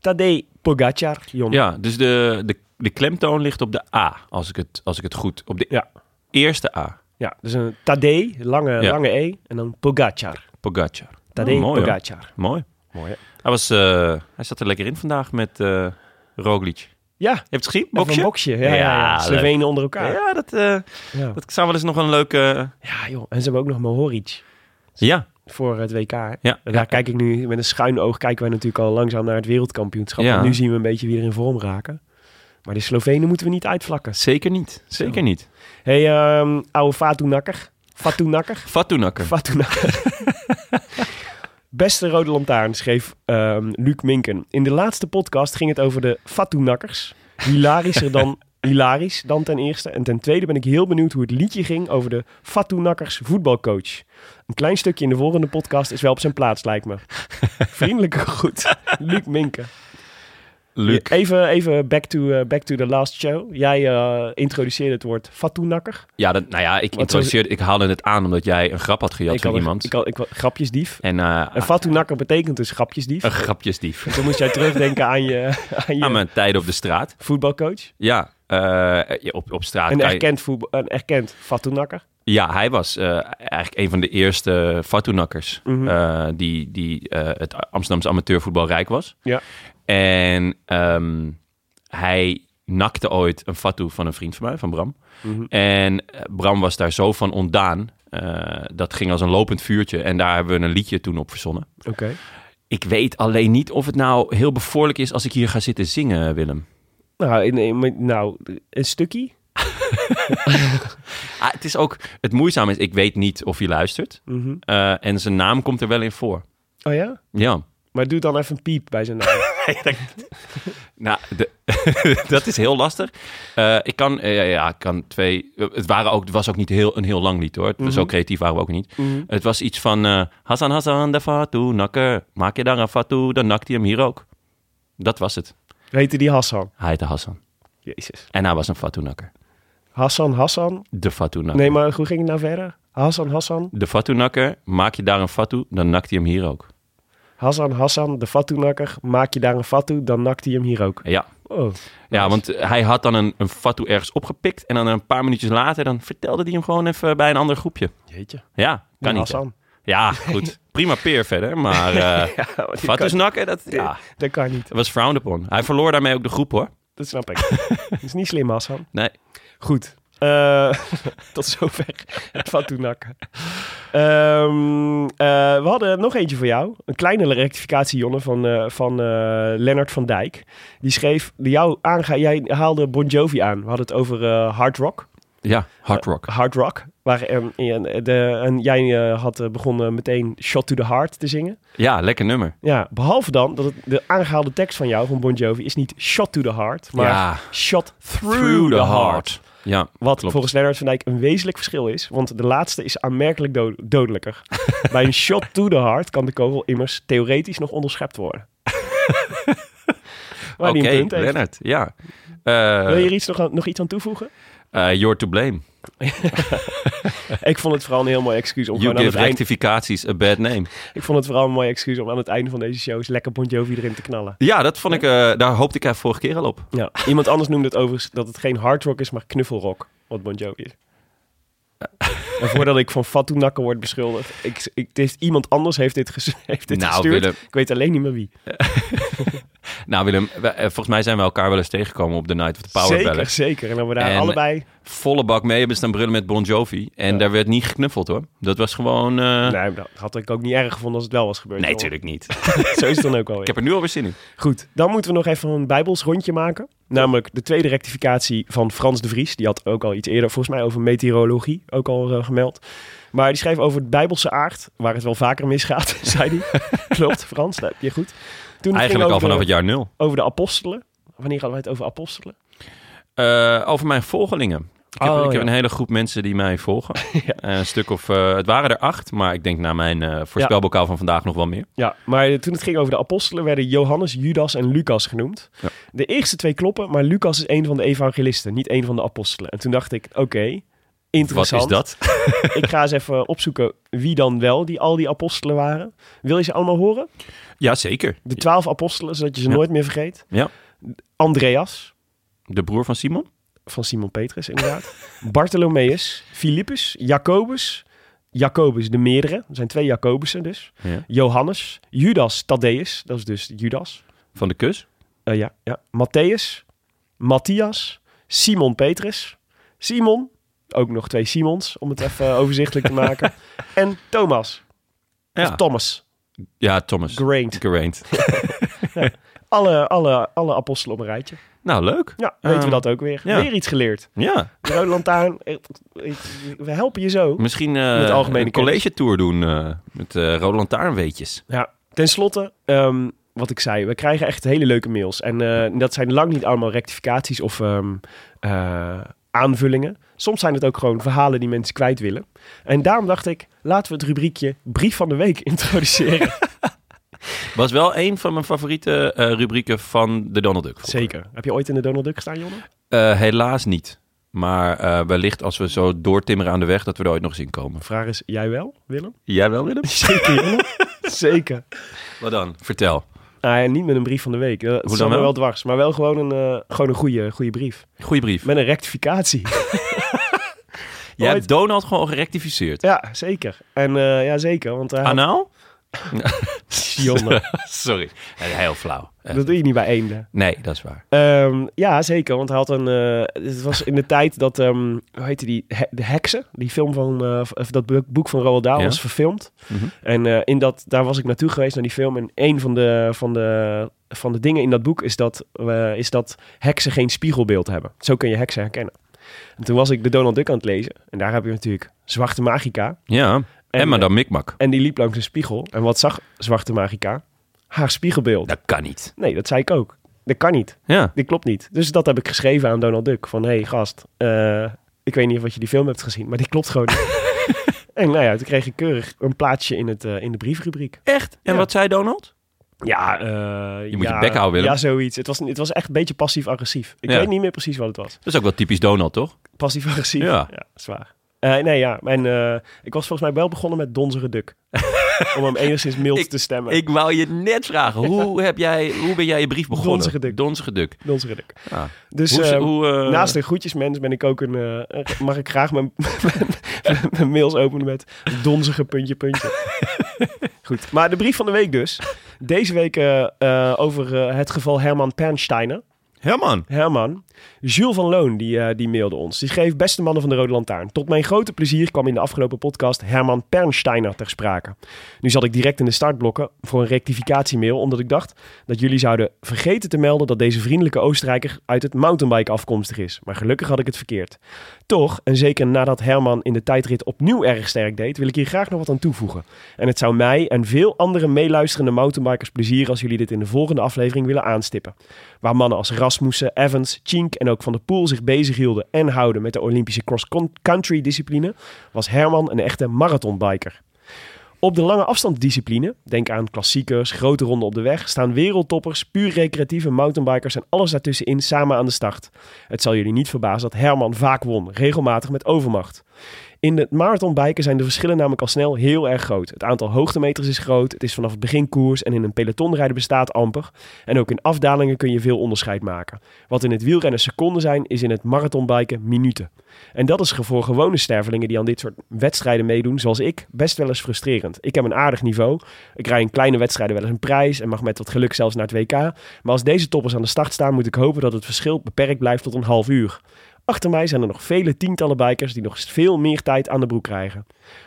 S2: Tadej Pogacar, Jon.
S1: Ja, dus de, de, de klemtoon ligt op de A, als ik het, als ik het goed... Op de
S2: Ja.
S1: eerste A,
S2: Ja, dus een Tadej, lange,
S1: Ja.
S2: lange E, en dan Pogacar.
S1: Pogacar.
S2: Tadej
S1: Oh, mooi, hoor.
S2: Pogacar.
S1: Mooi.
S2: Mooi, hè?
S1: Hij, was, eh, hij zat er lekker in vandaag met eh Roglic. Je
S2: Ja,
S1: hebt het gezien?
S2: even
S1: Boksje?
S2: een boksje. Ja, ja,
S1: Ja,
S2: Slovenen onder elkaar. Ja.
S1: Ja, dat, eh,
S2: Ja.
S1: dat zou wel eens nog een leuke...
S2: joh. En ze hebben ook nog Mohoric
S1: Ja,
S2: voor het WK. hè?
S1: Ja.
S2: En Daar kijk ik nu met een schuin oog kijken wij natuurlijk al langzaam naar het wereldkampioenschap.
S1: Ja.
S2: En nu zien we een beetje wie er in vorm raken. Maar de Slovenen moeten we niet uitvlakken.
S1: zeker niet. Zeker
S2: Zo.
S1: niet.
S2: Hé, hey, ehm oude Fatunakker. Fatunakker.
S1: Fatunakker.
S2: Fatunakker.
S1: nou?
S2: Beste Rode Lantaarn, schreef ehm, Luc Minken. In de laatste podcast ging het over de Fatunakkers. Hilarischer dan hilarisch dan ten eerste. En ten tweede ben ik heel benieuwd hoe het liedje ging over de Fatunakkers voetbalcoach. Een klein stukje in de volgende podcast is wel op zijn plaats, lijkt me. Vriendelijke groet, Luc Minken.
S1: Luc.
S2: Even, even back, to, eh, back to the last show. Jij eh, introduceerde het woord Fatunakker.
S1: Ja, dat, nou ja, ik
S2: Wat was-
S1: introduceerde, ik haalde het aan omdat jij een grap had gejat
S2: ik
S1: van
S2: had-
S1: iemand.
S2: Ik had, ik had- grapjesdief.
S1: en eh,
S2: Een fatunakker betekent dus grapjesdief.
S1: een grapjesdief.
S2: Toen Dus moest jij terugdenken aan je, aan je
S1: Aan mijn tijden op de straat.
S2: voetbalcoach.
S1: Ja, eh, je- op, op straat.
S2: Een
S1: kan je-
S2: erkend, voetbal, een erkend fatunakker.
S1: ja, hij was eh, eigenlijk een van de eerste fatunakkers eh, die, die eh, het Amsterdamse amateurvoetbal rijk was.
S2: Ja.
S1: En ehm, hij nakte ooit een fatu van een vriend van mij, van Bram. En eh, Bram was daar zo van ontdaan. eh, dat ging als een lopend vuurtje. En daar hebben we een liedje toen op verzonnen.
S2: Oké.
S1: Ik weet alleen niet of het nou heel bevorderlijk is als ik hier ga zitten zingen, Willem.
S2: Nou, in, in- in- nou, een stukje.
S1: Ah, het is ook, het moeizame is, ik weet niet of hij luistert. Eh, en zijn naam komt er wel in voor.
S2: Oh ja?
S1: Ja.
S2: Maar doe dan even een piep bij zijn naam.
S1: Nou, de- dat is heel lastig. Eh, ik kan, eh, ja, ja, ik kan twee. Het, waren ook, het was ook niet heel, een heel lang lied hoor.
S2: Mhm.
S1: Zo creatief waren we ook niet. Het was iets van eh Hassan Hassan de Fatou nakker. Maak je daar een Fatou, dan nakt hij hem hier ook. Dat was het.
S2: Heette die Hassan?
S1: Hij heette Hassan.
S2: Jezus.
S1: En hij was een Fatou nakker.
S2: Hassan, Hassan.
S1: De Fatou nakker.
S2: Nee, maar hoe ging het nou verder? Hassan, Hassan.
S1: De Fatunakker, maak je daar een Fatu, dan nakt hij hem hier ook.
S2: Hassan, Hassan, de fatunakker. Maak je daar een fatu, dan nakt hij hem hier ook.
S1: Ja,
S2: Oh.
S1: ja want hij had dan een, een Fatu ergens opgepikt. En dan een paar minuutjes later, dan vertelde hij hem gewoon even bij een ander groepje.
S2: Jeetje.
S1: Ja, kan niet. hè?
S2: Hassan.
S1: Ja, goed. Prima peer verder. Maar eh
S2: dit
S1: Fatus
S2: kan-
S1: nakken, Eh, dat, ja,
S2: Dat kan niet.
S1: dat was frowned upon. Hij verloor daarmee ook de groep hoor.
S2: Dat snap ik. dat is niet slim, Hassan.
S1: Nee,
S2: Goed. Eh, tot zover het Fatunakken. Ehm eh, we hadden nog eentje voor jou. Een kleine rectificatie, Jonne, van, eh, van eh, Lennart van Dijk. Die schreef, jou aanga jij haalde Bon Jovi aan. We hadden het over eh, hard rock.
S1: ja, hard rock.
S2: Hard rock. Waar, en, en, de, en jij eh, had eh, begonnen meteen Shot to the Heart te zingen.
S1: Ja, lekker nummer.
S2: Ja, behalve dan dat het, de aangehaalde tekst van jou, van Bon Jovi, is niet Shot to the Heart, maar
S1: Ja.
S2: Shot through the heart.
S1: Ja,
S2: Wat
S1: klopt.
S2: volgens Leonard van Dijk een wezenlijk verschil is, want de laatste is aanmerkelijk do- dodelijker. Bij een shot to the heart kan de kogel immers theoretisch nog onderschept worden. Waar die
S1: Oké,
S2: een punt heeft.
S1: Lennart, ja. Eh
S2: Wil je er iets, nog, aan- nog iets aan toevoegen?
S1: eh, you're to blame.
S2: Ik vond het vooral een heel mooi excuus om
S1: You
S2: gewoon aan het
S1: give
S2: eind,
S1: rectificaties a bad name.
S2: Ik vond het vooral een mooi excuus om aan het einde van deze show eens lekker Bon Jovi erin te knallen.
S1: Ja, dat vond ik, eh, daar hoopte ik eigenlijk vorige keer al op.
S2: Ja. Iemand anders noemde het overigens dat het geen hard rock is, maar knuffelrock, wat Bon Jovi is. En voordat ik van Fatunakken word beschuldigd, ik, ik, het is, iemand anders heeft dit, ges- heeft dit
S1: Nou,
S2: gestuurd.
S1: Willem.
S2: Ik weet alleen niet meer wie.
S1: Nou Willem, we- eh, volgens mij zijn we elkaar wel eens tegengekomen op de Night of the Power
S2: zeker,
S1: Ballad.
S2: zeker. En dan we daar
S1: En-
S2: allebei...
S1: Volle bak mee hebben staan brullen met Bon Jovi. En daar werd niet geknuffeld hoor. Dat was gewoon... eh,
S2: Nee, dat had ik ook niet erg gevonden als het wel was gebeurd.
S1: nee,
S2: joh.
S1: natuurlijk niet.
S2: Zo is het dan ook alweer.
S1: Ik heb er nu alweer zin in.
S2: Goed, dan moeten we nog even een bijbels rondje maken. Namelijk de tweede rectificatie van Frans de Vries. Die had ook al iets eerder, volgens mij, over meteorologie ook al eh, gemeld. Maar die schreef over de bijbelse aard, waar het wel vaker misgaat, zei hij. Klopt, Frans, dat heb je goed. Toen het ging
S1: Eigenlijk al
S2: over
S1: vanaf het
S2: de-
S1: jaar nul.
S2: Over de apostelen. Wanneer hadden wij het over apostelen?
S1: Eh, over mijn volgelingen. Ik heb,
S2: Oh,
S1: ik heb
S2: ja.
S1: een hele groep mensen die mij volgen. Eh, een stuk of... eh, het waren er acht, maar ik denk na mijn eh, voorspelbokaal van vandaag nog wel meer.
S2: Ja, maar toen het ging over de apostelen werden Johannes, Judas en Lucas genoemd.
S1: Ja.
S2: De eerste twee kloppen, maar Lucas is een van de evangelisten, niet een van de apostelen. En toen dacht ik, oké,
S1: Wat
S2: interessant.
S1: is dat?
S2: ik ga eens even opzoeken wie dan wel die al die apostelen waren. Wil je ze allemaal horen?
S1: Ja, zeker.
S2: De twaalf apostelen, zodat je ze
S1: Ja.
S2: nooit meer vergeet.
S1: Ja.
S2: Andreas,
S1: De broer van Simon?
S2: van Simon Petrus inderdaad. Bartholomeus, Filippus, Jacobus. Jacobus de meerdere, er zijn twee Jacobussen dus.
S1: Ja.
S2: Johannes, Judas Thaddeus, dat is dus Judas.
S1: Van de kus?
S2: Eh, ja, ja. Matthäus, Matthias, Simon Petrus, Simon, ook nog twee Simons om het even overzichtelijk te maken. En Thomas,
S1: Ja,
S2: of Thomas,
S1: ja Thomas.
S2: Graint.
S1: Geraint.
S2: Alle, alle, alle apostelen op een rijtje.
S1: Nou, leuk.
S2: Ja, weten we
S1: Ehm,
S2: dat ook weer.
S1: ja.
S2: Weer iets geleerd.
S1: Ja.
S2: De Rode Lantaarn, eh, eh, we helpen je zo.
S1: Misschien eh,
S2: Met algemene
S1: een college tour doen eh, met eh Rode Lantaarnweetjes.
S2: Ja, ten slotte, ehm, wat ik zei, we krijgen echt hele leuke mails. En eh, dat zijn lang niet allemaal rectificaties of ehm, eh, aanvullingen. Soms zijn het ook gewoon verhalen die mensen kwijt willen. En daarom dacht ik, laten we het rubriekje Brief van de Week introduceren.
S1: Was wel een van mijn favoriete eh, rubrieken van de Donald Duck. vroeger.
S2: Zeker. Heb je ooit in de Donald Duck gestaan, Jonne?
S1: Eh, helaas niet. Maar eh, wellicht als we zo doortimmeren aan de weg, dat we er ooit nog eens in komen.
S2: Vraag is, jij wel, Willem?
S1: Jij wel, Willem?
S2: Zeker, Jonne. Zeker.
S1: Wat dan? Vertel.
S2: Nou ja, niet met een brief van de week. Dat
S1: dan
S2: is dan wel?
S1: wel?
S2: wel dwars. Maar wel gewoon een, eh, gewoon een goede, goede brief.
S1: Goeie brief.
S2: Met een rectificatie.
S1: Jij
S2: ooit-
S1: hebt Donald gewoon gerectificeerd.
S2: ja, zeker. En eh, ja, zeker. Want hij had-
S1: Anaal?
S2: Jonne,
S1: Sorry. Eh, Heel flauw. Eh,
S2: dat doe je niet bij eenden.
S1: nee, dat is waar.
S2: Ehm, ja, zeker. Want hij had een... eh, het was in de tijd dat... ehm hoe heette die? He- de Heksen. Die film van... eh, v- of dat boek- boek van Roald Dahl
S1: Ja.
S2: was verfilmd. En eh, in dat, daar was ik naartoe geweest, naar die film. En een van de, van de, van de dingen in dat boek is dat, eh, is dat heksen geen spiegelbeeld hebben. Zo kun je heksen herkennen. En toen was ik de Donald Duck aan het lezen. En daar heb je natuurlijk Zwarte Magica.
S1: Ja. En, eh,
S2: En, eh,
S1: maar dan Mikmak.
S2: En die liep langs een spiegel. En wat zag Zwarte Magica? Haar spiegelbeeld.
S1: Dat kan niet.
S2: Nee, dat zei ik ook. Dat kan niet.
S1: Ja.
S2: Dit klopt niet. Dus dat heb ik geschreven aan Donald Duck. Van, hé hey, gast, eh, ik weet niet of wat je die film hebt gezien, maar dit klopt gewoon niet. en nou ja, toen kreeg ik keurig een plaatsje in, het, eh, in de briefrubriek.
S1: Echt? En
S2: Ja.
S1: wat zei Donald?
S2: Ja, eh,
S1: Je moet je
S2: ja,
S1: bek houden, Willem.
S2: Ja, zoiets. Het was, het was echt een beetje passief-agressief. Ik
S1: Ja.
S2: weet niet meer precies wat het was.
S1: Dat is ook wel typisch Donald, toch?
S2: Passief-agressief.
S1: Ja.
S2: zwaar. Eh, nee, ja. En eh, ik was volgens mij wel begonnen met donzere duk. Om hem enigszins mild
S1: Ik-
S2: te stemmen.
S1: Ik wou je net vragen, hoe, heb jij, hoe ben jij je brief begonnen?
S2: Donzige duk.
S1: Donzige duk.
S2: Donzere duk.
S1: Ja.
S2: Dus
S1: Ah. Hoe-
S2: eh,
S1: hoe, eh,
S2: naast de groetjesmens ben ik ook een. eh, eh, mag ik graag mijn, mijn- mijn mails openen met donzige puntje puntje. Goed. Maar de brief van de week dus. Deze week eh, eh, over eh, het geval Herman Pernsteiner.
S1: Herman.
S2: Herman. Jules van Loon die, eh, die mailde ons. Die schreef beste mannen van de Rode Lantaarn. Tot mijn grote plezier kwam in de afgelopen podcast Herman Pernsteiner ter sprake. Nu zat ik direct in de startblokken voor een rectificatiemail, omdat ik dacht dat jullie zouden vergeten te melden dat deze vriendelijke Oostenrijker uit het mountainbike afkomstig is. Maar gelukkig had ik het verkeerd. Toch, en zeker nadat Herman in de tijdrit opnieuw erg sterk deed, wil ik hier graag nog wat aan toevoegen. En het zou mij en veel andere meeluisterende mountainbikers plezier als jullie dit in de volgende aflevering willen aanstippen. Waar mannen als Rasmussen, Evans, Chink en ook Van der Poel zich bezighielden en houden met de Olympische cross-country discipline, was Herman een echte marathonbiker. Op de lange afstandsdiscipline, denk aan klassiekers, grote ronden op de weg, staan wereldtoppers, puur recreatieve mountainbikers en alles daartussenin samen aan de start. Het zal jullie niet verbazen dat Herman vaak won, regelmatig met overmacht. In het marathonbiken zijn de verschillen namelijk al snel heel erg groot. Het aantal hoogtemeters is groot, het is vanaf het begin koers en in een pelotonrijden bestaat amper. En ook in afdalingen kun je veel onderscheid maken. Wat in het wielrennen seconden zijn, is in het marathonbiken minuten. En dat is voor gewone stervelingen die aan dit soort wedstrijden meedoen, zoals ik, best wel eens frustrerend. Ik heb een aardig niveau. Ik rij in kleine wedstrijden wel eens een prijs en mag met wat geluk zelfs naar het WK. Maar als deze toppers aan de start staan, moet ik hopen dat het verschil beperkt blijft tot een half uur. Achter mij zijn er nog vele tientallen bikers die nog veel meer tijd aan de broek krijgen.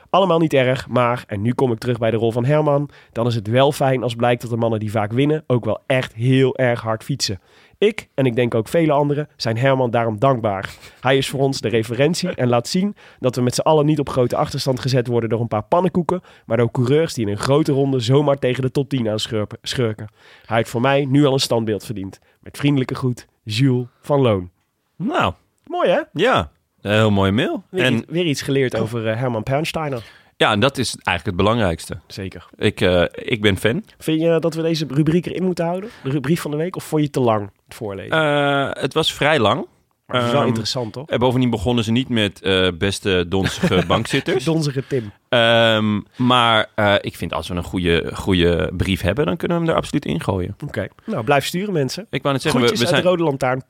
S2: Allemaal niet erg, maar, en nu kom ik terug bij de rol van Herman, dan is het wel fijn als blijkt dat de mannen die vaak winnen ook wel echt heel erg hard fietsen. Ik, en ik denk ook vele anderen, zijn Herman daarom dankbaar. Hij is voor ons de referentie en laat zien dat we met z'n allen niet op grote achterstand gezet worden door een paar pannenkoeken, maar door coureurs die in een grote ronde zomaar tegen de top 10 aan schurpen- schurken. Hij heeft voor mij nu al een standbeeld verdiend. Met vriendelijke groet, Jules van Loon.
S1: Nou,
S2: Mooi hè?
S1: ja. Een heel mooie mail.
S2: Weer,
S1: En
S2: iets, weer iets geleerd over eh, Herman Pernsteiner.
S1: ja, en dat is eigenlijk het belangrijkste.
S2: Zeker.
S1: Ik, eh, ik ben fan.
S2: Vind je dat we deze rubriek erin moeten houden? De rubriek van de week? Of vond je het te lang, het voorlezen?
S1: Eh, het was vrij lang.
S2: maar het is wel
S1: ehm,
S2: interessant, toch?
S1: En bovendien begonnen ze niet met eh, beste donzige bankzitters.
S2: Donzige Tim.
S1: Ehm, maar eh, ik vind als we een goede, goede brief hebben, dan kunnen we hem er absoluut in gooien.
S2: Oké. Nou, blijf sturen, mensen.
S1: Ik wou net zeggen, we,
S2: Groetjes
S1: we
S2: uit
S1: zijn...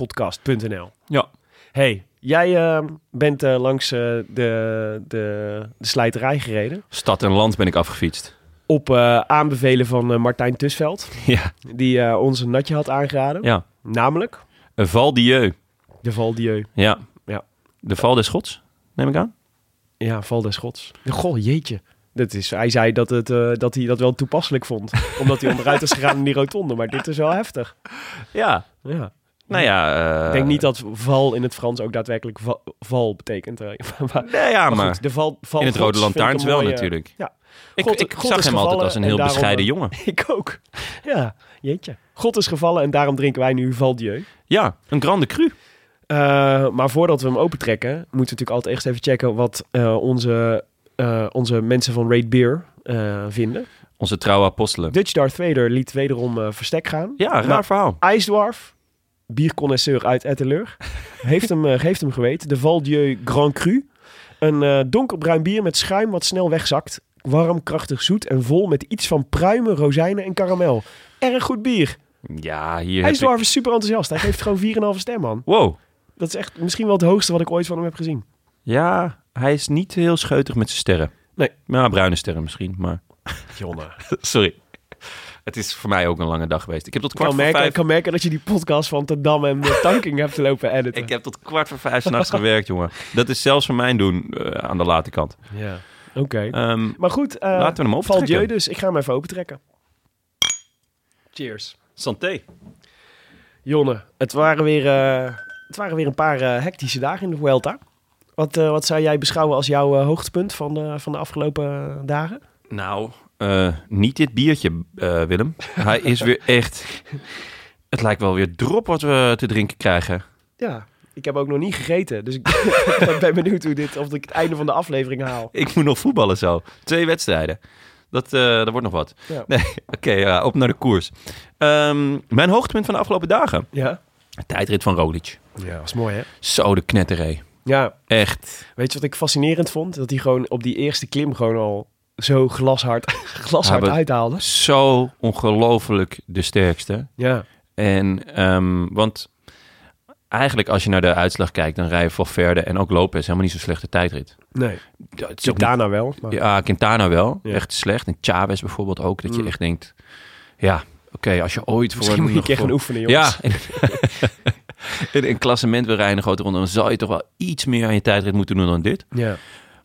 S2: rodelantaarnpodcast.nl
S1: Ja,
S2: Hey, jij eh, bent eh, langs eh, de, de, de slijterij gereden.
S1: stad en land ben ik afgefietst.
S2: Op eh, aanbevelen van eh, Martijn Tusveld.
S1: Ja,
S2: Die eh, ons een natje had aangeraden.
S1: ja.
S2: Namelijk
S1: Een Val Dieu.
S2: de Val Dieu.
S1: Ja.
S2: Ja.
S1: De Val des Gods, neem ik aan.
S2: Ja, Val des Gods. Goh, jeetje. Dat is, hij zei dat, het, eh, dat hij dat wel toepasselijk vond. Omdat hij onderuit is gegaan in die rotonde. Maar dit is wel heftig.
S1: Ja.
S2: Ja.
S1: Nou ja. eh,
S2: Ik denk niet dat val in het Frans ook daadwerkelijk va- val betekent. eh, maar- maar
S1: Nee, ja, maar,
S2: goed, de val, val
S1: in het
S2: gods
S1: Rode
S2: vind ik een
S1: Lantaarns wel
S2: mooie-
S1: natuurlijk.
S2: Ja.
S1: Ik,
S2: God-
S1: ik
S2: God
S1: zag
S2: is
S1: hem altijd
S2: gevallen
S1: als een
S2: en
S1: heel
S2: daarom- eh,
S1: bescheiden jongen.
S2: Ik ook. Ja, jeetje. God is gevallen en daarom drinken wij nu Valdieu.
S1: Ja, een grande cru.
S2: Eh, maar voordat we hem opentrekken, moeten we natuurlijk altijd eerst even checken wat eh, onze, eh, onze mensen van Raid Beer eh, vinden.
S1: Onze trouwe apostelen.
S2: Dutch Darth Vader liet wederom eh, verstek gaan.
S1: Ja, raar
S2: Maar-
S1: verhaal.
S2: IJsdwarf, bierconnoisseur uit Etteleur, heeft, hem, eh, heeft hem geweten. De Val Dieu Grand Cru. Een eh, donkerbruin bier met schuim wat snel wegzakt. Warm, krachtig, zoet en vol met iets van pruimen, rozijnen en karamel. Erg goed bier.
S1: Ja, hier heb ik...
S2: IJsdwarf is super enthousiast. Hij geeft gewoon 4,5 ster, man.
S1: Wow.
S2: Dat is echt misschien wel het hoogste wat ik ooit van hem heb gezien.
S1: Ja, hij is niet heel scheutig met zijn sterren.
S2: Nee.
S1: Nou, bruine sterren misschien, maar...
S2: Jonne.
S1: Sorry. Het is voor mij ook een lange dag geweest. Ik heb tot
S2: Ik
S1: kwart
S2: kan,
S1: voor
S2: merken,
S1: vijf...
S2: ik kan merken dat je die podcast van Te Dam en de Tanking hebt lopen editen.
S1: Ik heb tot kwart voor vijf s'nachts gewerkt, jongen. Dat is zelfs voor mijn doen eh, aan de late kant.
S2: Ja, oké.
S1: Ehm,
S2: maar goed, eh
S1: laten we hem
S2: valt
S1: optrekken.
S2: je dus. Ik ga hem even opentrekken. Cheers.
S1: Santé.
S2: Jonne, het waren weer, eh, het waren weer een paar eh, hectische dagen in de Vuelta. Wat, eh, wat zou jij beschouwen als jouw eh, hoogtepunt van de, van de afgelopen eh, dagen?
S1: Nou, eh, niet dit biertje, eh, Willem. Hij is weer echt... Het lijkt wel weer drop wat we te drinken krijgen.
S2: Ja, ik heb ook nog niet gegeten. Dus ik ik ben benieuwd hoe dit, of ik het einde van de aflevering haal.
S1: Ik moet nog voetballen zo. Twee wedstrijden. Dat, eh, dat wordt nog wat.
S2: Ja.
S1: Nee, oké, ja, op naar de koers. Ehm, mijn hoogtepunt van de afgelopen dagen.
S2: Ja?
S1: Tijdrit van Roglic.
S2: Ja, was mooi hè?
S1: Zo de knetteré.
S2: Ja,
S1: Echt.
S2: weet je wat ik fascinerend vond? Dat hij gewoon op die eerste klim gewoon al zo glashard, glashard
S1: Ja, maar-
S2: uithaalde.
S1: Zo ongelooflijk de sterkste.
S2: Ja,
S1: En, ehm, want eigenlijk als je naar de uitslag kijkt, dan rijden Valverde en ook Lopez helemaal niet zo'n slechte tijdrit.
S2: nee.
S1: Ja, het is ook niet-
S2: Daarna wel. Maar...
S1: Ja, Quintana wel.
S2: Ja. Mm.
S1: Echt slecht. En Chavez bijvoorbeeld ook. Dat je echt denkt, ja, oké, als je ooit voor
S2: Misschien moet je een
S1: nog
S2: keer
S1: voor-
S2: gaan oefenen, jongens.
S1: Ja. in een klassement wil rijden, een grote ronde, dan zou je toch wel iets meer aan je tijdrit moeten doen dan dit.
S2: Ja.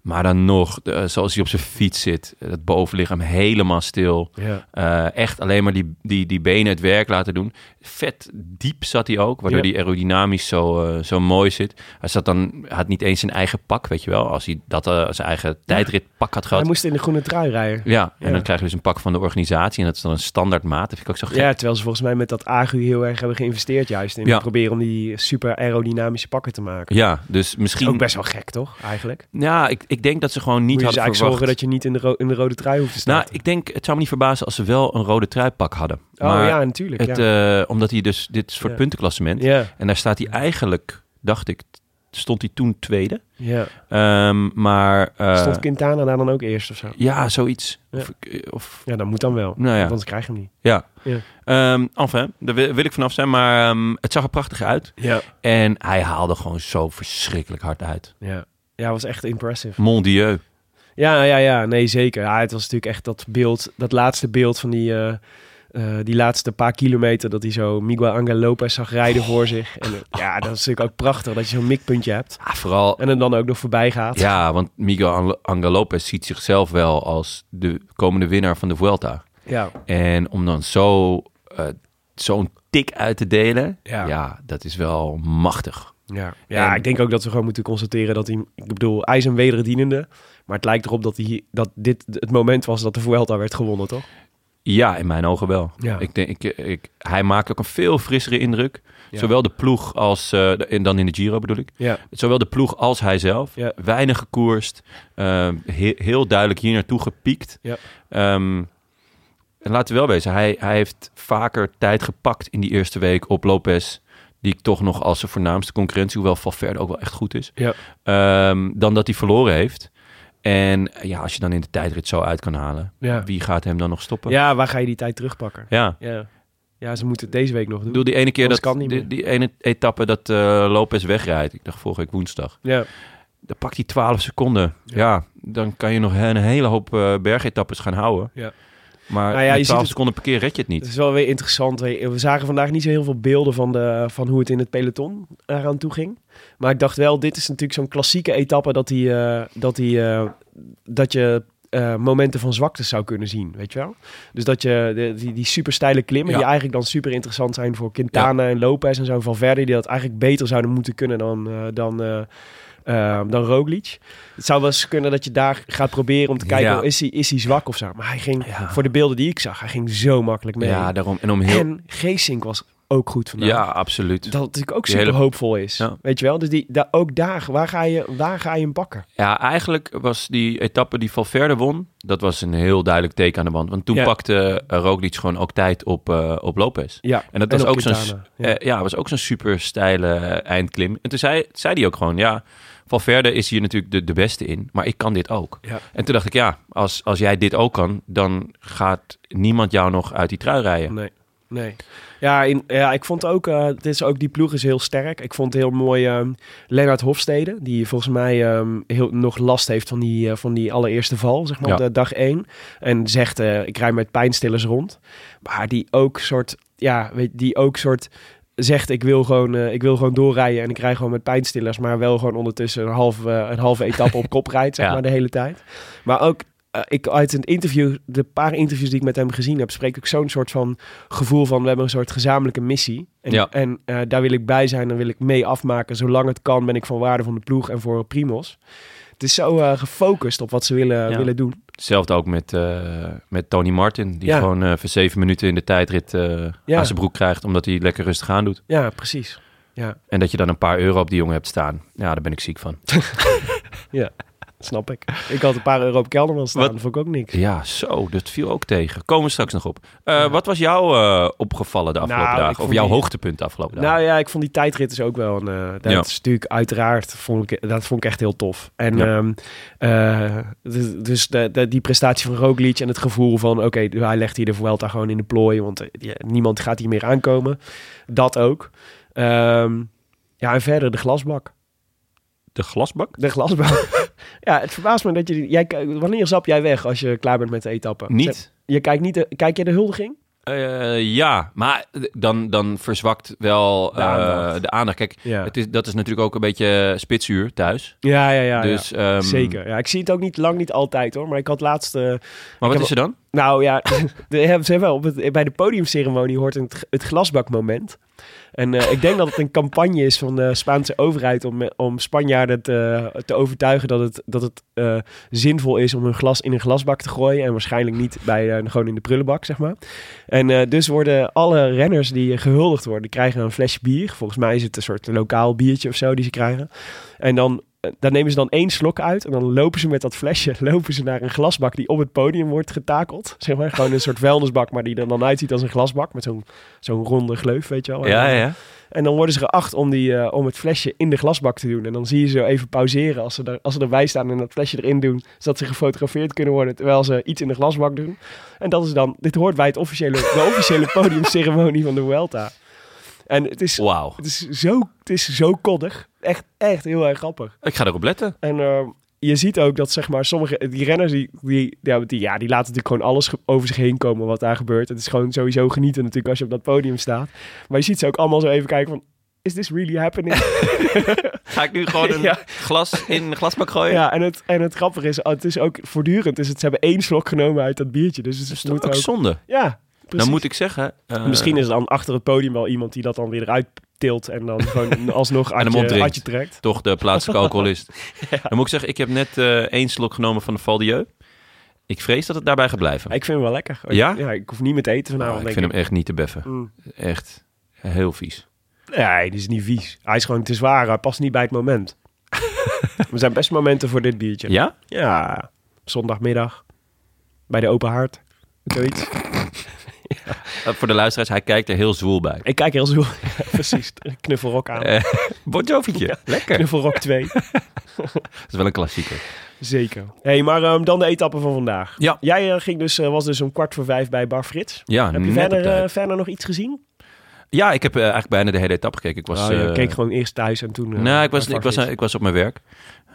S1: Maar dan nog, de- zoals hij op zijn fiets zit, het bovenlichaam helemaal stil.
S2: Ja.
S1: Eh, echt alleen maar die, die, die benen het werk laten doen. Vet diep zat hij ook, waardoor
S2: Ja.
S1: die aerodynamisch zo, eh, zo mooi zit. Hij zat dan, hij had niet eens zijn eigen pak, weet je wel. Als hij dat eh, zijn eigen tijdritpak had
S2: Hij
S1: gehad.
S2: moest in de groene trui rijden.
S1: Ja, en
S2: Ja.
S1: dan krijg je dus een pak van de organisatie. En dat is dan een standaard maat. Dat vind ik ook zo gek.
S2: Ja, terwijl ze volgens mij met dat agu heel erg hebben geïnvesteerd juist in
S1: Ja.
S2: het proberen om die super aerodynamische pakken te maken.
S1: Ja, dus
S2: Is
S1: misschien...
S2: Ook best wel gek, toch? Eigenlijk. Niet
S1: Ja, ik, ik denk dat ze gewoon niet
S2: Moet je dus
S1: hadden verwacht...
S2: eigenlijk zorgen dat je niet in de, ro- in de rode trui hoeft te staan.
S1: Nou, ik denk, het zou me niet verbazen als ze wel een rode truipak hadden.
S2: oh
S1: maar
S2: ja, natuurlijk.
S1: het,
S2: ja.
S1: eh, omdat hij dus dit soort
S2: Ja.
S1: puntenklassement...
S2: ja.
S1: En daar staat hij eigenlijk, dacht ik, stond hij toen tweede.
S2: Ja.
S1: Ehm, maar... eh,
S2: Stond Quintana daar dan ook eerst of zo?
S1: Ja, zoiets.
S2: Ja.
S1: Of, ik- of,
S2: Ja, dat moet dan wel.
S1: nou ja.
S2: Want ze krijgen hem niet.
S1: ja.
S2: Ja.
S1: Ehm, enfin, daar wil, wil ik vanaf zijn, maar ehm, het zag er prachtig uit.
S2: Ja.
S1: En hij haalde gewoon zo verschrikkelijk hard uit.
S2: Ja, ja was echt impressive.
S1: Mon dieu.
S2: Ja, ja, ja. Nee, zeker. Ja, het was natuurlijk echt dat beeld, dat laatste beeld van die, eh, eh, die laatste paar kilometer... dat hij zo Miguel Angel Lopez zag rijden voor zich. En, eh, ja, dat is natuurlijk ook prachtig dat je zo'n mikpuntje hebt.
S1: Ja, vooral...
S2: En hem dan ook nog voorbij gaat.
S1: Ja, want Miguel Ang- Angel Lopez ziet zichzelf wel als de komende winnaar van de Vuelta.
S2: ja.
S1: En om dan zo, eh, zo'n tik uit te delen,
S2: Ja.
S1: ja. dat is wel machtig.
S2: Ja, ja
S1: En-
S2: ik denk ook dat we gewoon moeten constateren dat hij... Ik bedoel, hij is een wederdienende. Maar het lijkt erop dat, hij, dat dit het moment was dat de Vuelta werd gewonnen, toch?
S1: Ja, in mijn ogen wel.
S2: Ja.
S1: Ik denk, ik, ik, hij maakt ook een veel frissere indruk.
S2: Ja.
S1: Zowel de ploeg als, eh, de- en dan in de Giro bedoel ik.
S2: Ja.
S1: Zowel de ploeg als hij zelf.
S2: Ja.
S1: Weinig gekoerst. eh, he- heel duidelijk hier naartoe gepiekt.
S2: Ja.
S1: Ehm, en laten we wel wezen, hij, hij heeft vaker tijd gepakt in die eerste week op Lopez. Die ik toch nog als zijn voornaamste concurrentie, hoewel Valverde ook wel echt goed is.
S2: Ja.
S1: ehm, dan dat hij verloren heeft. En eh, ja, als je dan in de tijdrit zo uit kan halen,
S2: Ja.
S1: wie gaat hem dan nog stoppen?
S2: Ja, waar ga je die tijd terugpakken?
S1: ja.
S2: Ja, ja ze moeten het deze week nog
S1: Ik
S2: doen.
S1: bedoel, die ene keer
S2: Anders
S1: dat,
S2: kan het niet
S1: die, die ene etappe dat eh Lopez wegrijdt. Ik dacht vorige week woensdag.
S2: Ja.
S1: Dan pakt hij 12 seconden. Ja. dan kan je nog een hele hoop eh, bergetappes gaan houden.
S2: Ja.
S1: Maar
S2: Nou ja, je
S1: met
S2: ziet
S1: 12
S2: het-
S1: seconden per keer red je het niet.
S2: Het is wel weer interessant. We we zagen vandaag niet zo heel veel beelden van, de, van hoe het in het peloton eraan toe ging. Maar ik dacht wel, dit is natuurlijk zo'n klassieke etappe dat, die, eh, dat, die, eh, dat je eh, momenten van zwaktes zou kunnen zien, weet je wel? Dus dat je de- die, die super steile klimmen,
S1: Ja.
S2: die eigenlijk dan super interessant zijn voor Quintana en Lopez en zo van Verdi, die dat eigenlijk beter zouden moeten kunnen dan, eh, dan, eh eh, dan Roglic. Het zou wel eens kunnen dat je daar gaat proberen om te kijken,
S1: Ja.
S2: oh, is, hij, is hij zwak of zo? Maar hij ging,
S1: Ja.
S2: voor de beelden die ik zag, hij ging zo makkelijk mee.
S1: Ja, daarom. En om heel...
S2: En Geesink was ook goed vandaag.
S1: ja, absoluut.
S2: Dat natuurlijk ook
S1: Die
S2: super
S1: hele-
S2: hoopvol is.
S1: Ja.
S2: Weet je wel? Dus die, daar ook daar, waar ga, je, waar ga je hem pakken?
S1: Ja, eigenlijk was die etappe die Valverde won... dat was een heel duidelijk teken aan de band. Want toen
S2: Ja.
S1: pakte eh, Roglic gewoon ook tijd op, eh, op Lopez.
S2: Ja.
S1: En dat was
S2: op
S1: ook zo'n
S2: Quintana.
S1: Eh,
S2: Ja.
S1: Ja, was ook zo'n super steile eh, eindklim. En toen zei, zei hij ook gewoon, ja, Valverde is hier natuurlijk de, de beste in, maar ik kan dit ook.
S2: Ja.
S1: En toen dacht ik, ja, als, als jij dit ook kan, dan gaat niemand jou nog uit die trui rijden.
S2: Nee. Nee. Ja, in, ja, ik vond ook, eh dit is ook, die ploeg is heel sterk. Ik vond heel mooi ehm Lennart Hofstede, die volgens mij ehm, heel, nog last heeft van die, eh, van die allereerste val, zeg maar,
S1: Ja.
S2: op de dag één. En zegt, eh, ik rij met pijnstillers rond. Maar die ook soort, ja, weet, die ook soort zegt, ik wil, gewoon, eh, ik wil gewoon doorrijden en ik rij gewoon met pijnstillers, maar wel gewoon ondertussen een halve, een halve etappe op kop rijdt, zeg
S1: Ja.
S2: maar, de hele tijd. Maar ook, eh, ik, uit een interview, de paar interviews die ik met hem gezien heb, spreek ik zo'n soort van gevoel van, we hebben een soort gezamenlijke missie. En,
S1: Ja.
S2: en eh, daar wil ik bij zijn, daar wil ik mee afmaken. Zolang het kan, ben ik van waarde van de ploeg en voor Primos. Het is zo eh, gefocust op wat ze willen,
S1: Ja.
S2: willen doen.
S1: Hetzelfde ook met, eh, met Tony Martin, die
S2: Ja.
S1: gewoon eh, voor zeven minuten in de tijdrit eh,
S2: Ja.
S1: aan zijn broek krijgt, omdat hij lekker rustig aan doet.
S2: Ja, precies. Ja,
S1: En dat je dan een paar euro op die jongen hebt staan. Ja, daar ben ik ziek van.
S2: snap ik. Ik had een paar euro op Kelderman staan,
S1: Wat-
S2: dat vond ik ook niks.
S1: Ja, zo, dat viel ook tegen. Komen we straks nog op. Eh, Wat was jou eh, opgevallen de afgelopen
S2: Nou, ik
S1: dagen?
S2: vond
S1: Of jouw
S2: die-
S1: hoogtepunt de afgelopen dagen?
S2: Nou ja, ik vond die tijdrit is ook wel een... eh, dat
S1: Ja.
S2: is natuurlijk uiteraard, vond ik, dat vond ik echt heel tof. En
S1: Ja.
S2: ehm, eh, dus, dus de, de- die prestatie van Roglic en het gevoel van... Oké, hij legt hier de Vuelta gewoon in de plooi. Want eh, ja, niemand gaat hier meer aankomen. Dat ook. Ehm, ja, en verder de glasbak.
S1: De glasbak?
S2: De glasbak. ja, het verbaast me dat je... die- Jij, kijkt- wanneer zap jij weg als je klaar bent met de etappe?
S1: Niet.
S2: Je kijkt niet... De, kijk je de huldiging?
S1: Eh, ja, maar dan, dan verzwakt wel
S2: De
S1: eh,
S2: aandacht.
S1: de aandacht. Kijk,
S2: Ja.
S1: het is, dat is natuurlijk ook een beetje spitsuur thuis.
S2: Ja, ja, ja.
S1: dus, ehm,
S2: Zeker. Ja, ik zie het ook niet lang niet altijd hoor. Maar ik had laatst. eh,
S1: Maar
S2: heb-
S1: wat is er dan?
S2: nou ja, de, hebben ze wel op het, bij de podiumceremonie hoort het, het glasbakmoment. En eh, ik denk dat het een campagne is van de Spaanse overheid om, eh, om Spanjaarden te, te overtuigen dat het, dat het eh, zinvol is om hun glas in een glasbak te gooien. En waarschijnlijk niet bij, eh, gewoon in de prullenbak, zeg maar. En eh, dus worden alle renners die gehuldigd worden, die krijgen een flesje bier. Volgens mij is het een soort lokaal biertje of zo die ze krijgen. En dan eh, eh, daar nemen ze dan één slok uit en dan lopen ze met dat flesje lopen ze naar een glasbak die op het podium wordt getakeld. Zeg maar, gewoon een soort vuilnisbak, maar die er dan uitziet als een glasbak met zo'n zo'n ronde gleuf, weet je wel.
S1: Ja, ja.
S2: En dan worden ze geacht om, die, eh, om het flesje in de glasbak te doen. En dan zie je ze even pauzeren als ze, er, als ze erbij staan en dat flesje erin doen. Zodat ze gefotografeerd kunnen worden terwijl ze iets in de glasbak doen. En dat is dan, dit hoort bij het officiële, de officiële podiumceremonie van de Vuelta. En het is,
S1: Wauw.
S2: het is, zo, het is zo koddig. Echt, echt heel erg grappig.
S1: Ik ga erop letten.
S2: En ehm, je ziet ook dat zeg maar sommige die renners die, die, ja, die, ja, die laten natuurlijk gewoon alles ge- over zich heen komen wat daar gebeurt. Het is gewoon sowieso genieten natuurlijk als je op dat podium staat. Maar je ziet ze ook allemaal zo even kijken van is this really happening?
S1: Ga ik nu gewoon een
S2: Ja.
S1: glas in een glasbak gooien?
S2: ja, en het, en het grappige is, het is ook voortdurend. Is het, ze hebben één slok genomen uit dat biertje. Dus het
S1: Dat is
S2: moet
S1: toch ook zonde.
S2: Ja, precies.
S1: Dan moet ik zeggen... eh,
S2: Misschien is er dan achter het podium wel iemand die dat dan weer eruit tilt en dan gewoon alsnog
S1: hem
S2: uit, je,
S1: opdrinkt.
S2: uit je trekt.
S1: toch de plaatselijke alcoholist. Dan moet ik zeggen, ik heb net eh, één slok genomen van de Val d'Yeu. Ik vrees dat het daarbij gaat blijven.
S2: Ik vind hem wel lekker.
S1: Ja?
S2: ik hoef niet meer te eten
S1: Ah,
S2: vanavond.
S1: ik
S2: denk
S1: vind hem echt niet te beffen.
S2: Mm.
S1: Echt heel vies.
S2: Nee, die is niet vies. Hij is gewoon te zwaar. Hij past niet bij het moment. We zijn best momenten voor dit biertje.
S1: Ja?
S2: Ja, Zondagmiddag. Bij de open haard. Zoiets.
S1: Eh, voor de luisteraars, hij kijkt er heel zwoel bij.
S2: Ik kijk heel zo. Ja, precies. Knuffelrok aan.
S1: Eh, Bon Jovi'tje. Lekker.
S2: Knuffelrok 2.
S1: Dat is wel een klassieker.
S2: Zeker. hey, maar ehm, dan de etappe van vandaag.
S1: Ja.
S2: Jij eh, ging dus, eh, was dus om kwart voor vijf bij Bar Frits.
S1: Ja,
S2: Heb je
S1: net op
S2: verder,
S1: tijd.
S2: eh, verder nog iets gezien?
S1: Ja, ik heb eh, eigenlijk bijna de hele etappe gekeken. Ik was,
S2: Oh, je
S1: eh,
S2: keek gewoon eerst thuis en toen... eh,
S1: nou, ik
S2: bij
S1: was,
S2: Bar
S1: ik, was,
S2: Frits.
S1: ik was op mijn werk.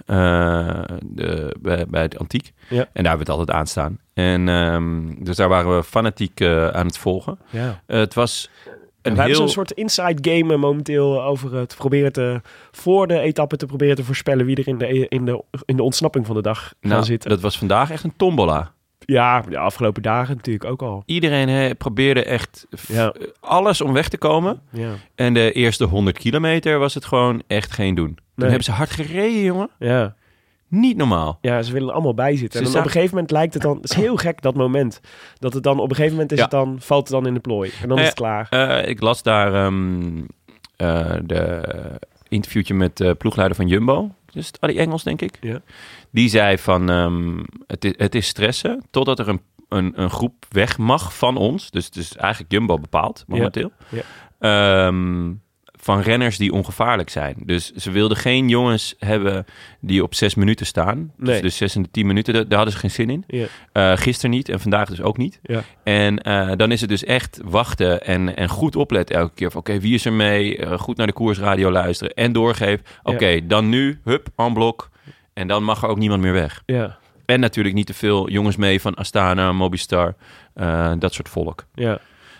S1: Eh, de, bij, bij het antiek.
S2: Ja.
S1: En daar hebben we het altijd aanstaan. En, ehm, dus daar waren we fanatiek eh, aan het volgen.
S2: Ja.
S1: Eh, het was
S2: We
S1: een
S2: hebben
S1: heel...
S2: zo'n soort inside game eh, momenteel eh, over het proberen te voor de etappe te proberen te voorspellen wie er in de, eh, in de, in de ontsnapping van de dag gaan
S1: nou,
S2: zitten.
S1: dat was vandaag echt een tombola.
S2: Ja, de afgelopen dagen natuurlijk ook al.
S1: Iedereen hè, probeerde echt f-
S2: Ja.
S1: alles om weg te komen.
S2: Ja,
S1: En de eerste 100 kilometer was het gewoon echt geen doen. Toen
S2: Nee.
S1: hebben ze hard gereden, jongen.
S2: ja.
S1: Niet normaal.
S2: ja ze willen er allemaal bij
S1: Ze
S2: zitten. En dan
S1: zagen-
S2: op een gegeven moment lijkt het dan, het is heel gek dat moment, dat het dan op een gegeven moment is
S1: Ja.
S2: het dan, valt het dan in de plooi. En dan
S1: Ja.
S2: is het klaar.
S1: Eh, ik las daar ehm eh, de interviewtje met de ploegleider van Jumbo. Dus het Adi Engels, denk ik.
S2: Ja.
S1: Die zei van, ehm, het, is, het is stressen totdat er een, een, een groep weg mag van ons. Dus het is eigenlijk Jumbo bepaald momenteel.
S2: Ja.
S1: Ehm, van renners die ongevaarlijk zijn. Dus ze wilden geen jongens hebben die op zes minuten staan.
S2: Nee.
S1: Dus, dus zes en de tien minuten, daar daar hadden ze geen zin in.
S2: Ja.
S1: Eh, gisteren niet en vandaag dus ook niet.
S2: Ja.
S1: En eh, dan is het dus echt wachten en, en goed opletten elke keer. Van oké, wie is er mee? Eh, goed naar de koersradio luisteren en doorgeven. Oké, dan nu, hup, en blok. En dan mag er ook niemand meer weg.
S2: Ja,
S1: En natuurlijk niet te veel jongens mee van Astana, Mobistar, eh, dat soort volk.
S2: ja.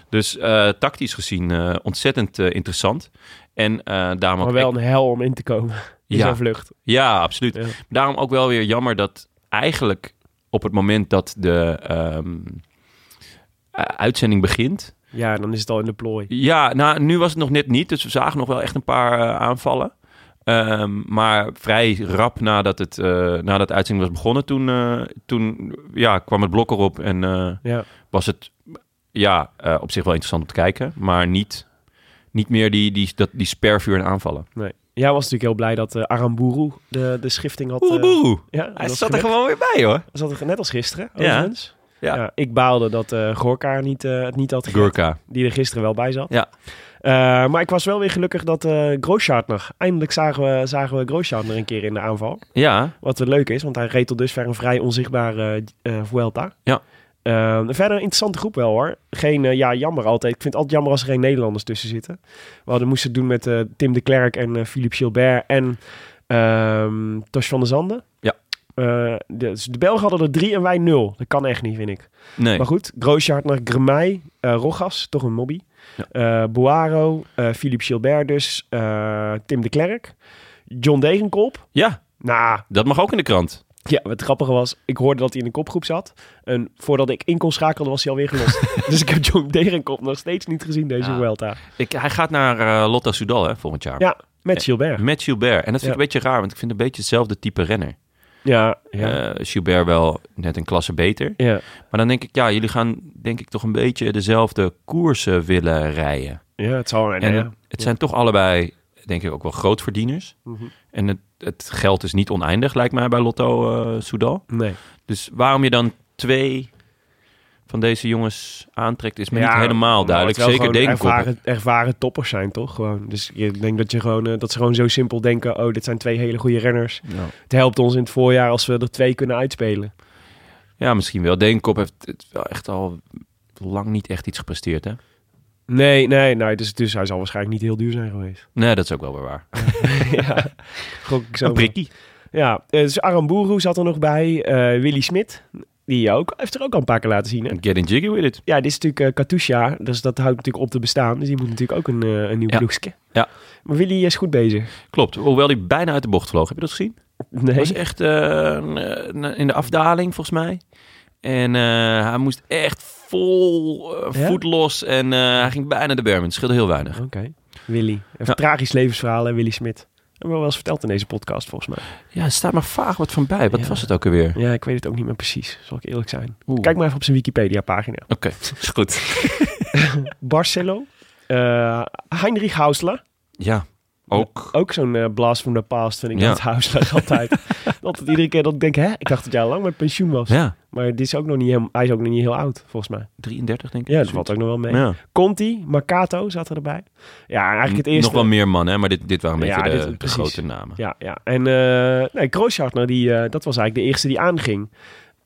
S1: Dus eh, tactisch gezien eh, ontzettend eh, interessant. En eh daarom ook
S2: Maar wel een hel om in te komen in
S1: Ja.
S2: zo'n vlucht.
S1: ja, absoluut.
S2: Ja.
S1: Daarom ook wel weer jammer dat eigenlijk op het moment dat de ehm, eh, uitzending begint.
S2: Ja, dan is het al in de plooi.
S1: Ja, nou, nu was het nog net niet. Dus we zagen nog wel echt een paar eh, aanvallen. Ehm, maar vrij rap nadat, het, eh, nadat de uitzending was begonnen, toen, eh, toen ja, kwam het blok erop. En eh,
S2: Ja.
S1: was het ja, eh, op zich wel interessant om te kijken. Maar niet, niet meer die, die, dat, die spervuur en aanvallen.
S2: Nee. Jij was natuurlijk heel blij dat eh Aramburu de, de schifting had... eh,
S1: Oeroboeroe.
S2: ja, dat
S1: Hij
S2: was
S1: zat er
S2: gelukt.
S1: gewoon weer bij hoor.
S2: Dat zat er net als gisteren,
S1: Ja.
S2: overigens. Ja.
S1: Ja.
S2: ik baalde dat eh Gorka niet, eh, het niet had gered,
S1: Gurka.
S2: Die er gisteren wel bij zat.
S1: Ja.
S2: Eh, maar ik was wel weer gelukkig dat eh Grosschartner... Eindelijk zagen we, zagen we Grosschartner een keer in de aanval.
S1: Ja,
S2: Wat wel leuk is, want hij reed tot dusver een vrij onzichtbare eh eh, Vuelta.
S1: Ja.
S2: Eh, verder een interessante groep wel hoor. Geen, eh, ja, jammer altijd. Ik vind het altijd jammer als er geen Nederlanders tussen zitten. We hadden moesten het doen met eh, Tim de Klerk en eh, Philippe Gilbert en ehm Tosh van der Zanden.
S1: Ja.
S2: Eh, de, dus de Belgen hadden er drie en wij nul. Dat kan echt niet, vind ik.
S1: nee.
S2: Maar goed, Grosjean, Gremay, eh Rogas, toch een mobby. Eh, Boaro, eh, Philippe Gilbert dus, eh, Tim de Klerk, John Degenkolb.
S1: Ja,
S2: Nou,
S1: dat mag ook in de krant.
S2: ja, het grappige was, ik hoorde dat hij in een kopgroep zat. En voordat ik in kon schakelen, was hij alweer gelost. dus ik heb John Degenkop nog steeds niet gezien, deze
S1: Ja.
S2: Vuelta.
S1: Ik, hij gaat naar eh, Lotta Soudal hè, volgend jaar.
S2: Ja, met Gilbert.
S1: Met Gilbert. En dat vind
S2: Ja.
S1: ik een beetje raar, want ik vind een beetje hetzelfde type renner.
S2: Ja, ja.
S1: Eh, Gilbert wel net een klasse beter.
S2: ja.
S1: Maar dan denk ik, ja, jullie gaan denk ik toch een beetje dezelfde koersen willen rijden.
S2: ja, het zal...
S1: En
S2: ja.
S1: het zijn toch allebei denk ik ook wel grootverdieners.
S2: Mhm.
S1: En het, het geld is niet oneindig, lijkt mij, bij Lotto eh, Soudal.
S2: Nee.
S1: Dus waarom je dan twee van deze jongens aantrekt, is me
S2: Ja,
S1: niet helemaal
S2: maar
S1: duidelijk.
S2: het wel
S1: Zeker
S2: gewoon
S1: Degenkolb.
S2: ervaren, ervaren toppers zijn, toch? Gewoon. Dus ik denk dat, je gewoon, eh, dat ze gewoon zo simpel denken... oh, dit zijn twee hele goede renners.
S1: Ja.
S2: Het helpt ons in het voorjaar als we er twee kunnen uitspelen.
S1: ja, misschien wel. Degenkop heeft het wel echt al lang niet echt iets gepresteerd, hè?
S2: Nee, nee, nee. Dus, dus hij zal waarschijnlijk niet heel duur zijn geweest.
S1: Nee, dat is ook wel weer waar.
S2: ja, gok ik zo.
S1: Een prikkie.
S2: Ja, eh, dus Aramburu zat er nog bij. eh, Willy Smit, die ook, heeft er ook al een paar keer laten zien. Hè?
S1: Getting jiggy with it.
S2: Ja, dit is natuurlijk eh, Katusha, dus dat houdt natuurlijk op te bestaan. Dus die moet natuurlijk ook een, eh, een nieuw
S1: Ja.
S2: ploegje.
S1: Ja.
S2: Maar Willy is goed bezig.
S1: Klopt. Hoewel hij bijna uit de bocht vloog. Heb je dat gezien?
S2: Nee.
S1: was echt eh, een- een- in de afdaling, volgens mij. En eh, hij moest echt vol eh,
S2: Ja? Oh.
S1: voet los. En eh, hij ging bijna de berm. in. Het scheelde heel weinig.
S2: Oké. Willy. Een
S1: Ja.
S2: tragisch levensverhaal, hè, Willy Smit. Hebben we wel eens verteld in deze podcast, volgens mij.
S1: Ja, er staat maar vaag wat van bij. Wat
S2: Ja.
S1: was het ook alweer?
S2: Ja, ik weet het ook niet meer precies, zal ik eerlijk zijn.
S1: Oeh.
S2: Kijk maar even op zijn Wikipedia-pagina.
S1: Oké, is goed.
S2: Barcelo. eh, Heinrich Hausler.
S1: Ja, ook.
S2: Ook zo'n eh, blast from the past vind ik
S1: Ja.
S2: dat Hausler altijd. altijd iedere keer dat ik denk, hè? Ik dacht dat jij al lang met pensioen was.
S1: Ja,
S2: Maar dit is ook nog niet helemaal, hij is ook nog niet heel oud, volgens mij.
S1: 33 denk ik.
S2: Ja, dat valt ook nog wel mee.
S1: Ja.
S2: Conti, Mercato zaten erbij. Ja, eigenlijk het eerste.
S1: Nog wel meer mannen, hè, maar dit, dit waren een
S2: Ja,
S1: beetje
S2: dit-
S1: de, de
S2: precies.
S1: grote namen.
S2: Ja, ja. En eh nee, Kroosjartner, die, eh, dat was eigenlijk de eerste die aanging.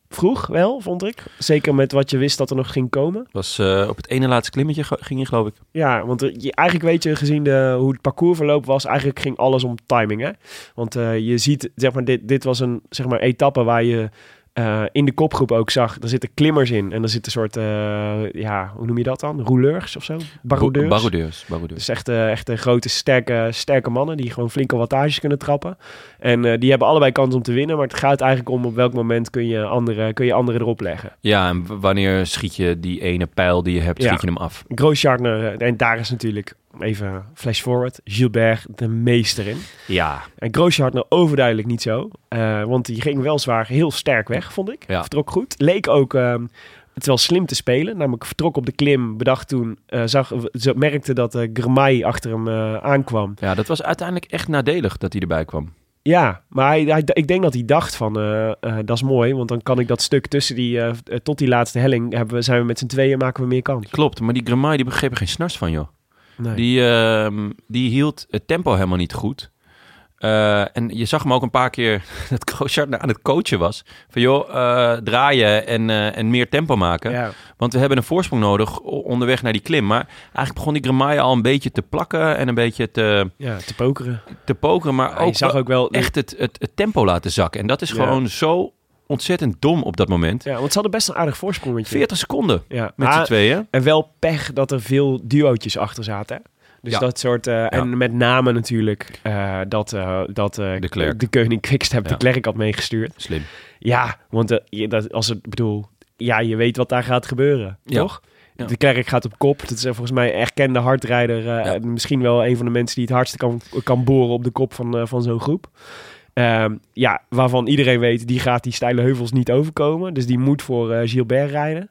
S2: Vroeg wel, vond ik. Zeker met wat je wist dat er nog ging komen.
S1: Was eh, op het ene laatste klimmetje ge- ging je, geloof ik.
S2: Ja, want er- je, eigenlijk weet je, gezien de, hoe het parcoursverloop was, eigenlijk ging alles om timing. Hè? Want eh, je ziet, zeg maar, dit, dit was een zeg maar, etappe waar je eh, in de kopgroep ook zag, daar zitten klimmers in. En daar zitten soort, eh, ja, hoe noem je dat dan? Rouleurs of zo? Baroudeurs?
S1: Baroudeurs. Baroudeurs.
S2: Dus echt, eh, echt eh, grote, sterke, sterke mannen die gewoon flinke wattages kunnen trappen. En eh, die hebben allebei kans om te winnen. Maar het gaat eigenlijk om op welk moment kun je anderen, kun je anderen erop leggen.
S1: Ja, en w- wanneer schiet je die ene pijl die je hebt,
S2: Ja.
S1: schiet je hem af.
S2: Grosjean, eh, en daar is natuurlijk, even flash forward, Gilbert de meester in.
S1: Ja,
S2: En Grosjean overduidelijk niet zo. eh, want die ging wel zwaar heel sterk weg, vond ik.
S1: Ja.
S2: Vertrok goed. Leek ook ehm, het wel slim te spelen. Namelijk vertrok op de klim, bedacht toen, eh, zag, ze merkte dat eh Germay achter hem eh, aankwam.
S1: ja, dat was uiteindelijk echt nadelig dat hij erbij kwam.
S2: Ja, maar hij, hij- ik denk dat hij dacht van, eh, eh, dat is mooi, want dan kan ik dat stuk tussen die, eh, eh, tot die laatste helling, hebben we, zijn we met z'n tweeën, maken we meer kans.
S1: Klopt, maar die Gramai die begreep er geen snars van, joh.
S2: Nee.
S1: Die, ehm, die hield het tempo helemaal niet goed. Eh, en je zag hem ook een paar keer dat Grosjean aan het coachen was. Van joh, eh, draaien en, eh, en meer tempo maken.
S2: ja.
S1: Want we hebben een voorsprong nodig o- onderweg naar die klim. Maar eigenlijk begon die Gramai al een beetje te plakken en een beetje te,
S2: ja, te pokeren.
S1: te pokeren. Maar
S2: je
S1: ook,
S2: zag
S1: wel
S2: ook wel...
S1: echt het, het, het tempo laten zakken. En dat is
S2: Ja.
S1: gewoon zo ontzettend dom op dat moment.
S2: Ja, want ze hadden best een aardig voorsprongetje.
S1: 40 seconden
S2: Ja.
S1: met z'n
S2: Ah,
S1: tweeën.
S2: En wel pech dat er veel duootjes achter zaten. hè? Dus
S1: Ja.
S2: dat soort... eh, En met name natuurlijk eh, dat, eh, dat eh,
S1: De Klerk.
S2: de koning Quickstep
S1: Ja.
S2: de klerk had meegestuurd.
S1: Slim.
S2: Ja, want eh, je- dat, als het, bedoel, ja, je weet wat daar gaat gebeuren,
S1: Ja.
S2: toch?
S1: Ja.
S2: De kerk gaat op kop. Dat is eh, volgens mij een erkende hardrijder. eh,
S1: Ja.
S2: en Misschien wel een van de mensen die het hardste kan, kan boren op de kop van, eh, van zo'n groep. Ehm, ja, waarvan iedereen weet, die gaat die steile heuvels niet overkomen. Dus die moet voor eh, Gilbert rijden.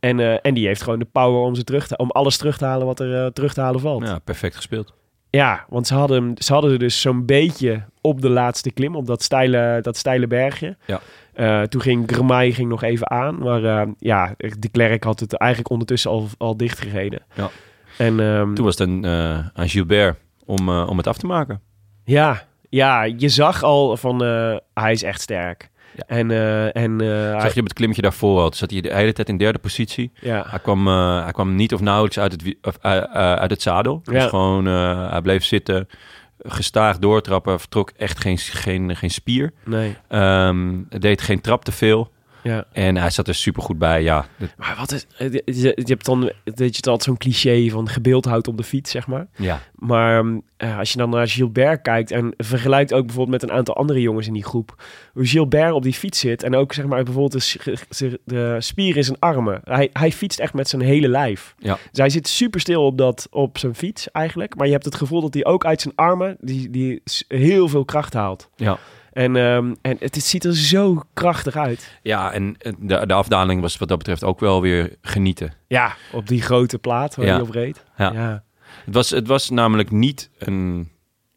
S2: En, eh, en die heeft gewoon de power om, ze terug te, om alles terug te halen wat er eh, terug te halen valt.
S1: Ja, perfect gespeeld.
S2: Ja, want ze hadden, hem- ze hadden er dus zo'n beetje op de laatste klim, op dat steile, dat steile bergje.
S1: Ja.
S2: Eh, toen ging Gremai ging nog even aan, maar eh, ja, de klerk had het eigenlijk ondertussen al, al dichtgereden.
S1: Ja.
S2: En ehm,
S1: Toen was het een, eh, aan Gilbert om, eh, om het af te maken.
S2: ja, ja, je zag al van eh, hij is echt sterk.
S1: Ja.
S2: En, eh, en eh, hij,
S1: Zag je op het klimmetje daarvoor al. Toen zat hij de hele tijd in derde positie.
S2: ja,
S1: Hij kwam, eh, hij kwam niet of nauwelijks uit het, wie- of, eh, eh, uit het zadel. Dus
S2: Ja.
S1: gewoon, eh, hij bleef zitten. Gestaag doortrappen. Vertrok echt geen, geen, geen spier.
S2: nee,
S1: Ehm, deed geen trap te veel.
S2: ja.
S1: En hij zat er supergoed bij. Ja, dat-
S2: Maar wat is, eh, je, je hebt dan, weet je, het is altijd zo'n cliché van gebeeldhouwd op de fiets, zeg maar.
S1: ja.
S2: Maar ehm, eh, als je dan naar Gilbert kijkt en vergelijkt ook bijvoorbeeld met een aantal andere jongens in die groep. Hoe Gilbert op die fiets zit en ook zeg maar bijvoorbeeld de, sch- sch- de spier in zijn armen. Hij, hij fietst echt met zijn hele lijf.
S1: Ja.
S2: Dus hij zit super stil op, dat, op zijn fiets eigenlijk. Maar je hebt het gevoel dat hij ook uit zijn armen die, die s- heel veel kracht haalt.
S1: Ja.
S2: En, ehm, en het, het ziet er zo krachtig uit.
S1: ja en eh, de, de afdaling was wat dat betreft ook wel weer genieten.
S2: Ja, op die grote plaat waar
S1: Ja.
S2: hij op reed.
S1: Ja.
S2: ja.
S1: Het was, het was namelijk niet een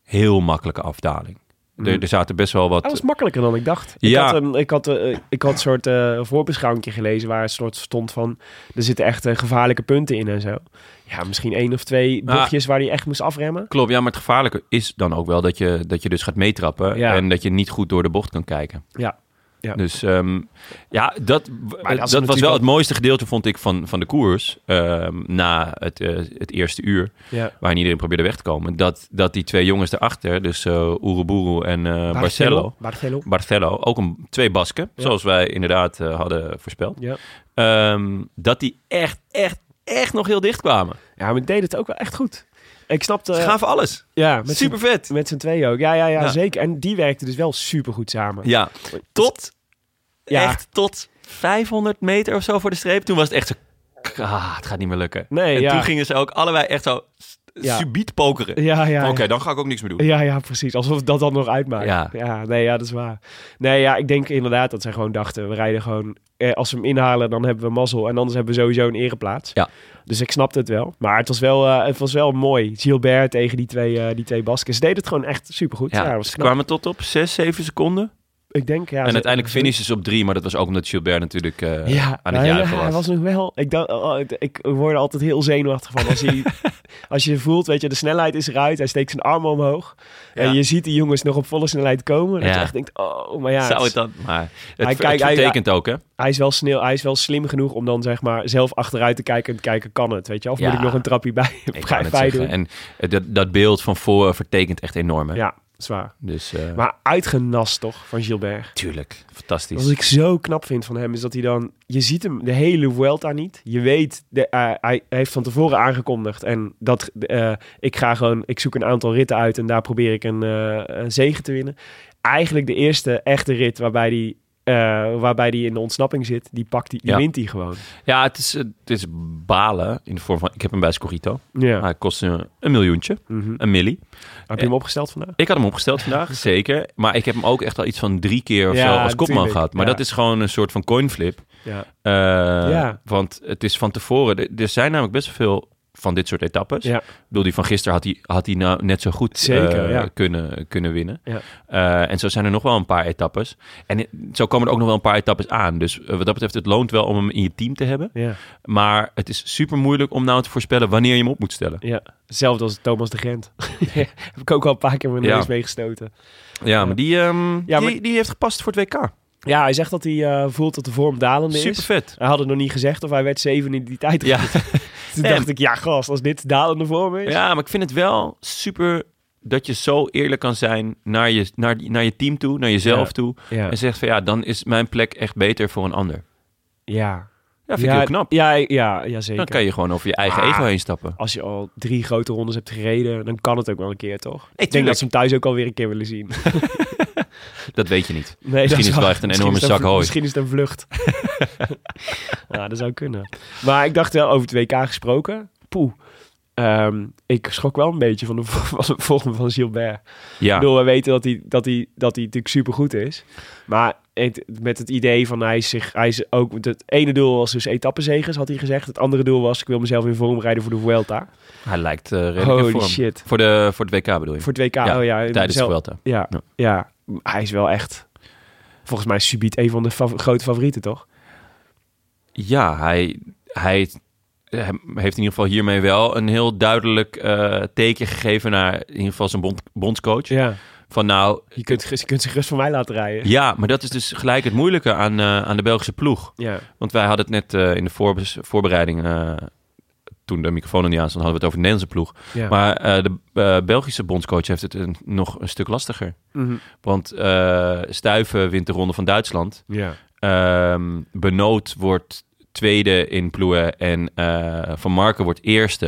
S1: heel makkelijke afdaling.
S2: Mhm.
S1: Er, er zaten best wel
S2: Oh, Dat was
S1: wat...
S2: makkelijker dan ik dacht. Ik
S1: Ja.
S2: had, een- ik had, eh, ik had een soort eh voorbeschouwing gelezen waar het soort stond van... er zitten echt eh, gevaarlijke punten in en zo. Ja, misschien één of twee
S1: Ah.
S2: bochtjes waar hij echt moest afremmen.
S1: Klopt, ja, maar het gevaarlijke is dan ook wel dat je, dat je dus gaat meetrappen...
S2: Ja.
S1: en dat je niet goed door de bocht kan kijken.
S2: Ja. Ja.
S1: Dus ehm, ja, dat,
S2: is
S1: dat, was
S2: natuurlijk
S1: wel
S2: wel-
S1: het mooiste gedeelte, vond ik, van, van de koers. ehm, na het, eh, het eerste uur,
S2: ja.
S1: waarin iedereen probeerde weg te komen. Dat, dat die twee jongens daarachter, dus eh Oeruburu en eh Barcelo...
S2: Barcelo.
S1: Barcelo, ook een, twee Basken,
S2: Ja.
S1: zoals wij inderdaad eh, hadden voorspeld.
S2: Ja.
S1: Ehm, dat die echt, echt, echt nog heel dicht kwamen.
S2: ja, maar deed het ook wel echt goed. Ik snapte...
S1: Ze gaven alles.
S2: ja, met
S1: Super vet.
S2: z'n- Met z'n tweeën ook. Ja, ja, ja,
S1: Ja.
S2: zeker. En die werkten dus wel supergoed samen.
S1: Ja, tot,
S2: Ja.
S1: echt tot 500 meter of zo voor de streep. Toen was het echt zo, k- ah, het gaat niet meer lukken.
S2: Nee,
S1: en
S2: ja.
S1: toen gingen ze ook allebei echt zo s-
S2: Ja.
S1: subiet pokeren.
S2: Ja, ja,
S1: Oké,
S2: ja.
S1: dan ga ik ook niks meer doen.
S2: Ja, ja, precies. Alsof dat dan nog uitmaakt.
S1: Ja.
S2: Ja. nee, ja, dat is waar. Nee, ja, ik denk inderdaad dat zij gewoon dachten... we rijden gewoon... Eh, als we hem inhalen, dan hebben we mazzel. En anders hebben we sowieso een ereplaats.
S1: Ja.
S2: Dus ik snapte het wel. Maar het was wel, eh, het was wel mooi. Gilbert tegen die twee, eh, die twee Basken. Ze deden het gewoon echt supergoed. Ja,
S1: Ja,
S2: dat was
S1: ze
S2: knap.
S1: kwamen tot op 6, 7 seconden.
S2: Ik denk, ja...
S1: en
S2: ze-
S1: uiteindelijk
S2: ze-
S1: finishen ze op 3, maar dat was ook omdat Gilbert natuurlijk eh,
S2: ja, nou
S1: aan het
S2: ja,
S1: jagen
S2: ja, hij
S1: was.
S2: was nog wel. Ik, dacht, oh, ik- ik word er altijd heel zenuwachtig van. Als, hij, als je voelt, weet je, de snelheid is eruit. Hij steekt zijn armen omhoog. En je ziet die jongens nog op volle snelheid komen. En
S1: Ja.
S2: je echt denkt, oh, maar ja. het
S1: Zou
S2: is-
S1: het dan? Maar het,
S2: Hij
S1: hij,
S2: kijkt- hij-
S1: betekent ook, hè?
S2: hij is wel sneeuw, hij is wel slim genoeg om dan zeg maar zelf achteruit te kijken en te kijken kan het, weet je? Of
S1: Ja.
S2: moet ik nog een trapje bij,
S1: Ik
S2: bij
S1: kan het
S2: bij
S1: zeggen.
S2: doen?
S1: En eh, dat, dat beeld van voor vertekent echt enorm. Hè?
S2: Ja, zwaar.
S1: Dus eh,
S2: Maar uitgenast toch van Gilbert.
S1: tuurlijk, fantastisch.
S2: Wat ik zo knap vind van hem is dat hij dan, je ziet hem de hele Vuelta niet. Je weet, de, eh, hij heeft van tevoren aangekondigd en dat eh, ik ga gewoon, ik zoek een aantal ritten uit en daar probeer ik een, eh, een zege te winnen. Eigenlijk de eerste echte rit waarbij die, eh, waarbij die in de ontsnapping zit, die pakt die, die
S1: Ja.
S2: wint hij gewoon.
S1: Ja, het is, eh, het is balen in de vorm van... Ik heb hem bij Scorito.
S2: Ja.
S1: Hij kost een, een miljoentje,
S2: Mhm.
S1: een milli.
S2: Heb je hem opgesteld vandaag?
S1: Ik had hem opgesteld vandaag, zeker. Maar ik heb hem ook echt al iets van drie keer of
S2: Ja,
S1: zo als kopman
S2: tuurlijk,
S1: gehad. Maar
S2: ja.
S1: dat is gewoon een soort van coinflip.
S2: Ja.
S1: Eh,
S2: Ja.
S1: Want het is van tevoren... Er- Er zijn namelijk best wel veel van dit soort etappes.
S2: Ja.
S1: Ik bedoel, die van gisteren had hij, had hij nou net zo goed
S2: Zeker,
S1: eh,
S2: ja.
S1: kunnen, kunnen winnen.
S2: Ja.
S1: Eh, en zo zijn er nog wel een paar etappes. En eh, zo komen er ook nog wel een paar etappes aan. Dus eh, wat dat betreft, het loont wel om hem in je team te hebben.
S2: Ja,
S1: Maar het is super moeilijk om nou te voorspellen wanneer je hem op moet stellen.
S2: ja. Hetzelfde als Thomas de Gent. Heb ik ook al een paar keer mijn
S1: Ja.
S2: neus meegestoten.
S1: Ja, maar die, ehm,
S2: Ja,
S1: die,
S2: maar-
S1: die heeft gepast voor het WK.
S2: Ja, hij zegt dat hij eh, voelt dat de vorm dalende
S1: Super
S2: is.
S1: vet.
S2: Hij had het nog niet gezegd of hij werd zeven in die tijd.
S1: Ja.
S2: Toen dacht ik, ja gast, als dit dalende vorm is.
S1: ja, maar ik vind het wel super dat je zo eerlijk kan zijn naar je, naar, naar je team toe, naar jezelf
S2: Ja.
S1: toe.
S2: Ja.
S1: En zegt van ja, dan is mijn plek echt beter voor een ander.
S2: ja.
S1: Ja, vind ik heel knap.
S2: Ja, ja, ja zeker.
S1: Dan kan je gewoon over je eigen
S2: Ah.
S1: ego heen stappen.
S2: Als je al drie grote rondes hebt gereden, dan kan het ook wel een keer, toch? ik denk
S1: tuurlijk.
S2: dat ze hem thuis ook alweer een keer willen zien. Nee,
S1: Dat weet je niet.
S2: dat
S1: Misschien is het wel
S2: waar.
S1: echt een
S2: Misschien
S1: enorme
S2: is het
S1: zak hooi.
S2: Misschien is het een vlucht. ja, dat zou kunnen. Maar ik dacht wel, over het WK gesproken, poeh. Ehm, ik schrok wel een beetje van de, vo- van de vorm van Gilbert.
S1: Ja,
S2: Ik bedoel, we weten dat hij, dat hij, dat hij natuurlijk supergoed is. Maar het- met het idee van hij is zich... Hij is ook, het ene doel was dus etappenzegers, had hij gezegd. Het andere doel was, ik wil mezelf in vorm rijden voor de Vuelta.
S1: hij lijkt eh redelijk in
S2: Holy
S1: vorm.
S2: shit.
S1: Voor, de, voor het WK bedoel je?
S2: Voor het WK.
S1: Ja,
S2: oh ja,
S1: Tijdens de
S2: zelf-
S1: Vuelta.
S2: ja,
S1: Ja.
S2: ja, Hij is wel echt... Volgens mij subiet een van de fav- grote favorieten, toch?
S1: Ja, hij, hij, hij heeft in ieder geval hiermee wel een heel duidelijk eh, teken gegeven naar in ieder geval zijn bond, bondscoach.
S2: Ja.
S1: Van nou,
S2: Je kunt, ges- je kunt zich rust van mij laten rijden.
S1: ja, maar dat is dus gelijk het moeilijke aan, eh, aan de Belgische ploeg.
S2: Ja.
S1: Want wij hadden het net eh, in de voorbes- voorbereiding, eh, toen de microfoon nog niet aan stond, hadden we het over de Nederlandse ploeg.
S2: Ja.
S1: Maar eh, de eh, Belgische bondscoach heeft het een- nog een stuk lastiger.
S2: Mhm.
S1: Want eh Stuiven wint de ronde van Duitsland.
S2: ja.
S1: Ehm, Benoot wordt tweede in ploegen en eh, Van Marken wordt eerste.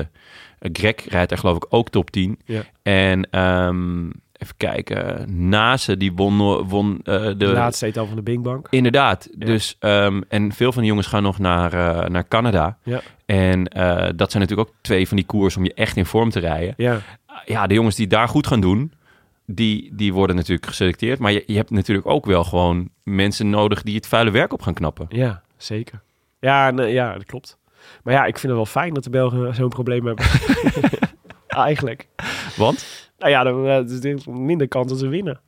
S1: Eh, Greg rijdt er geloof ik ook top 10.
S2: Ja.
S1: En ehm, even kijken, Nase die won, no- won eh, de...
S2: De laatste etappe van de Bing Bang.
S1: Inderdaad. Dus, ehm, en veel van die jongens gaan nog naar, eh, naar Canada.
S2: Ja.
S1: En eh, dat zijn natuurlijk ook twee van die koers om je echt in vorm te rijden.
S2: Ja.
S1: Ja, de jongens die daar goed gaan doen, die, die worden natuurlijk geselecteerd. Maar je, je hebt natuurlijk ook wel gewoon mensen nodig die het vuile werk op gaan knappen.
S2: Ja, zeker. Ja, nee, ja, dat klopt. Maar ja, ik vind het wel fijn dat de Belgen zo'n probleem hebben. Eigenlijk.
S1: Want?
S2: Nou ja, dan eh, is er minder kans dat ze winnen.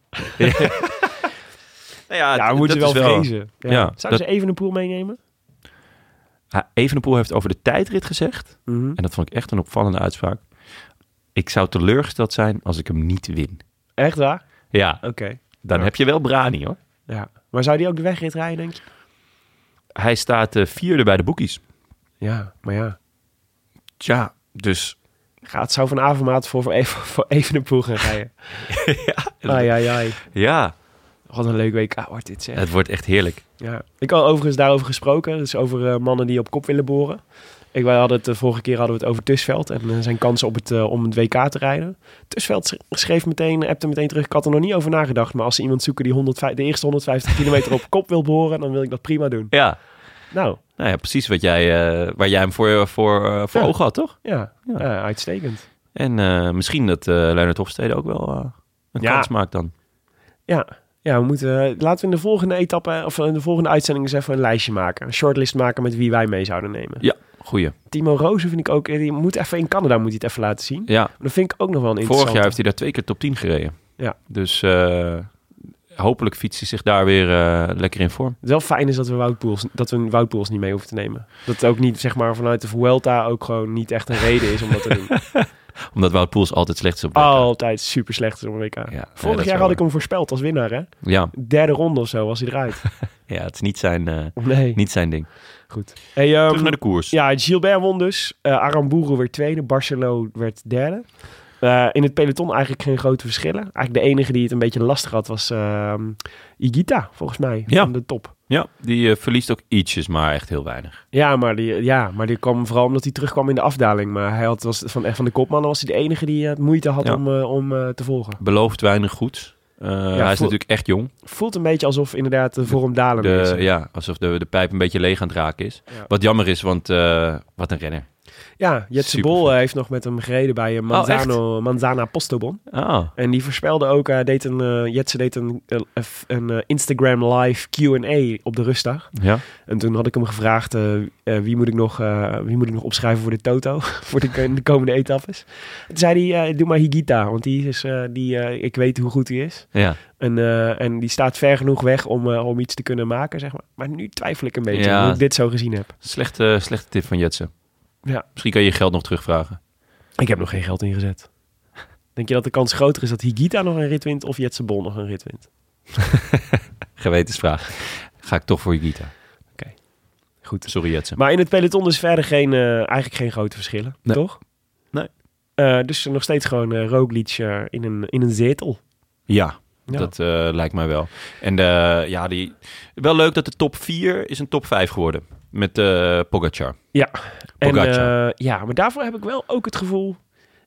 S1: Nou ja,
S2: Ja,
S1: dat
S2: we moeten
S1: is
S2: wel vrezen. Ja.
S1: Ja,
S2: Zouden
S1: dat-
S2: ze even een pool meenemen?
S1: Ha, Evenepoel heeft over de tijdrit gezegd.
S2: Mhm.
S1: En dat vond ik echt een opvallende uitspraak. Ik zou teleurgesteld zijn als ik hem niet win.
S2: Echt waar?
S1: Ja,
S2: Oké.
S1: dan heb je wel Brani hoor.
S2: Ja. Maar zou die ook de wegrit rijden, denk je?
S1: Hij staat eh, vierde bij de boekies.
S2: Ja, maar ja.
S1: Tja, dus
S2: Gaat, zou Van Avermaat voor, voor, even, voor even een pool gaan rijden? ja. Ai, ai, ai.
S1: ja,
S2: Wat een leuk WK wordt dit, zeg.
S1: het wordt echt heerlijk.
S2: Ja. Ik had overigens daarover gesproken. Dus over eh, mannen die op kop willen boren. Ik, wij hadden het, de vorige keer hadden we het over Tusveld en eh, zijn kansen op het, eh, om het WK te rijden. Tusveld sch- schreef meteen, appte meteen terug, ik had er nog niet over nagedacht. Maar als ze iemand zoeken die 105, de eerste 150 kilometer op kop wil boren, dan wil ik dat prima doen.
S1: Ja,
S2: Nou,
S1: nou ja precies wat jij, eh, waar jij hem voor, voor, eh, voor
S2: Ja.
S1: ogen had, toch?
S2: ja,
S1: Ja.
S2: eh, uitstekend.
S1: En eh, misschien dat eh Leonard Hofstede ook wel eh, een
S2: Ja.
S1: kans maakt dan.
S2: Ja, ja we moeten, eh, laten we in de volgende etappe, of in de volgende uitzending eens even een lijstje maken. Een shortlist maken met wie wij mee zouden nemen.
S1: Ja, goeie.
S2: Timo Rozen vind ik ook, eh, die moet even in Canada moet hij het even laten zien.
S1: Ja,
S2: Dat vind ik ook nog wel een
S1: vorig
S2: interessante.
S1: jaar heeft hij daar twee keer top 10 gereden.
S2: Ja.
S1: Dus eh, hopelijk fietst hij zich daar weer eh, lekker in vorm.
S2: Het wel fijn is dat we Wout Poels, dat we een Wout Poels niet mee hoeven te nemen. Dat het ook niet, zeg maar, vanuit de Vuelta ook gewoon niet echt een reden is om dat te doen.
S1: Omdat Wout Poels altijd slecht is op WK.
S2: Altijd super slecht is om WK.
S1: ja, dat
S2: Vorig
S1: is
S2: jaar
S1: wel
S2: had ik hem voorspeld als winnaar, hè?
S1: Ja,
S2: Derde ronde of zo was hij eruit.
S1: ja het is niet zijn, eh,
S2: Nee,
S1: niet zijn ding.
S2: goed. Hey, ehm,
S1: Terug naar de koers.
S2: Ja, Gilbert won dus. Eh Aramburu werd tweede. Barcelo werd derde. Eh, in het peloton eigenlijk geen grote verschillen. Eigenlijk de enige die het een beetje lastig had was ehm Igita, volgens mij.
S1: Ja.
S2: Van de top.
S1: Ja, die eh, verliest ook ietsjes, maar echt heel weinig.
S2: Ja maar, die, ja, maar die kwam vooral omdat hij terugkwam in de afdaling. Maar hij had, was van, van de kopmannen was hij de enige die eh, moeite had
S1: Ja.
S2: om, eh, om eh, te volgen.
S1: Belooft weinig goeds. Eh, hij is
S2: voor-
S1: natuurlijk echt jong.
S2: Voelt een beetje alsof inderdaad de vorm dalende
S1: De,
S2: is.
S1: ja, alsof de, de pijp een beetje leeg aan het raken is.
S2: Ja.
S1: Wat jammer is, want eh, wat een renner.
S2: Ja, Jetse
S1: Super Oh,
S2: Bol
S1: vet.
S2: eh, heeft nog met hem gereden bij eh, Manzano, Manzana Postobon.
S1: Ah,
S2: En die voorspelde ook, hij deed een, eh, Jetse deed een, eh, f- een eh, Instagram live Q&A op de rustdag.
S1: ja.
S2: En toen had ik hem gevraagd, eh, eh, wie, moet ik nog, eh, wie moet ik nog opschrijven voor de Toto? voor de, ko- de komende etappes. Toen zei hij, eh, doe maar Higita, want die is, eh, die, eh, ik weet hoe goed hij is.
S1: Ja,
S2: En, eh, en die staat ver genoeg weg om, eh, om iets te kunnen maken, zeg maar. Maar nu twijfel ik een beetje
S1: Ja.
S2: hoe ik dit zo gezien heb.
S1: slechte, slechte tip van Jetsen.
S2: Ja.
S1: Misschien kan je je geld nog terugvragen.
S2: Ik heb nog geen geld ingezet. Denk je dat de kans groter is dat Higita nog een rit wint of Jetse Bol nog een rit wint?
S1: Gewetensvraag. Ga ik toch voor je gita.
S2: Goed.
S1: Sorry Jetsen.
S2: Maar in het peloton dus verder geen, eh, eigenlijk geen grote verschillen,
S1: Nee.
S2: toch?
S1: Nee.
S2: Eh, dus nog steeds gewoon eh Roglic eh, in, een, in een zetel.
S1: Ja,
S2: Ja.
S1: dat eh, lijkt mij wel. En de, ja, die, wel leuk dat de top 4 is een top 5 geworden. Met eh Pogacar.
S2: Ja. En,
S1: Pogacar.
S2: eh, ja, maar daarvoor heb ik wel ook het gevoel...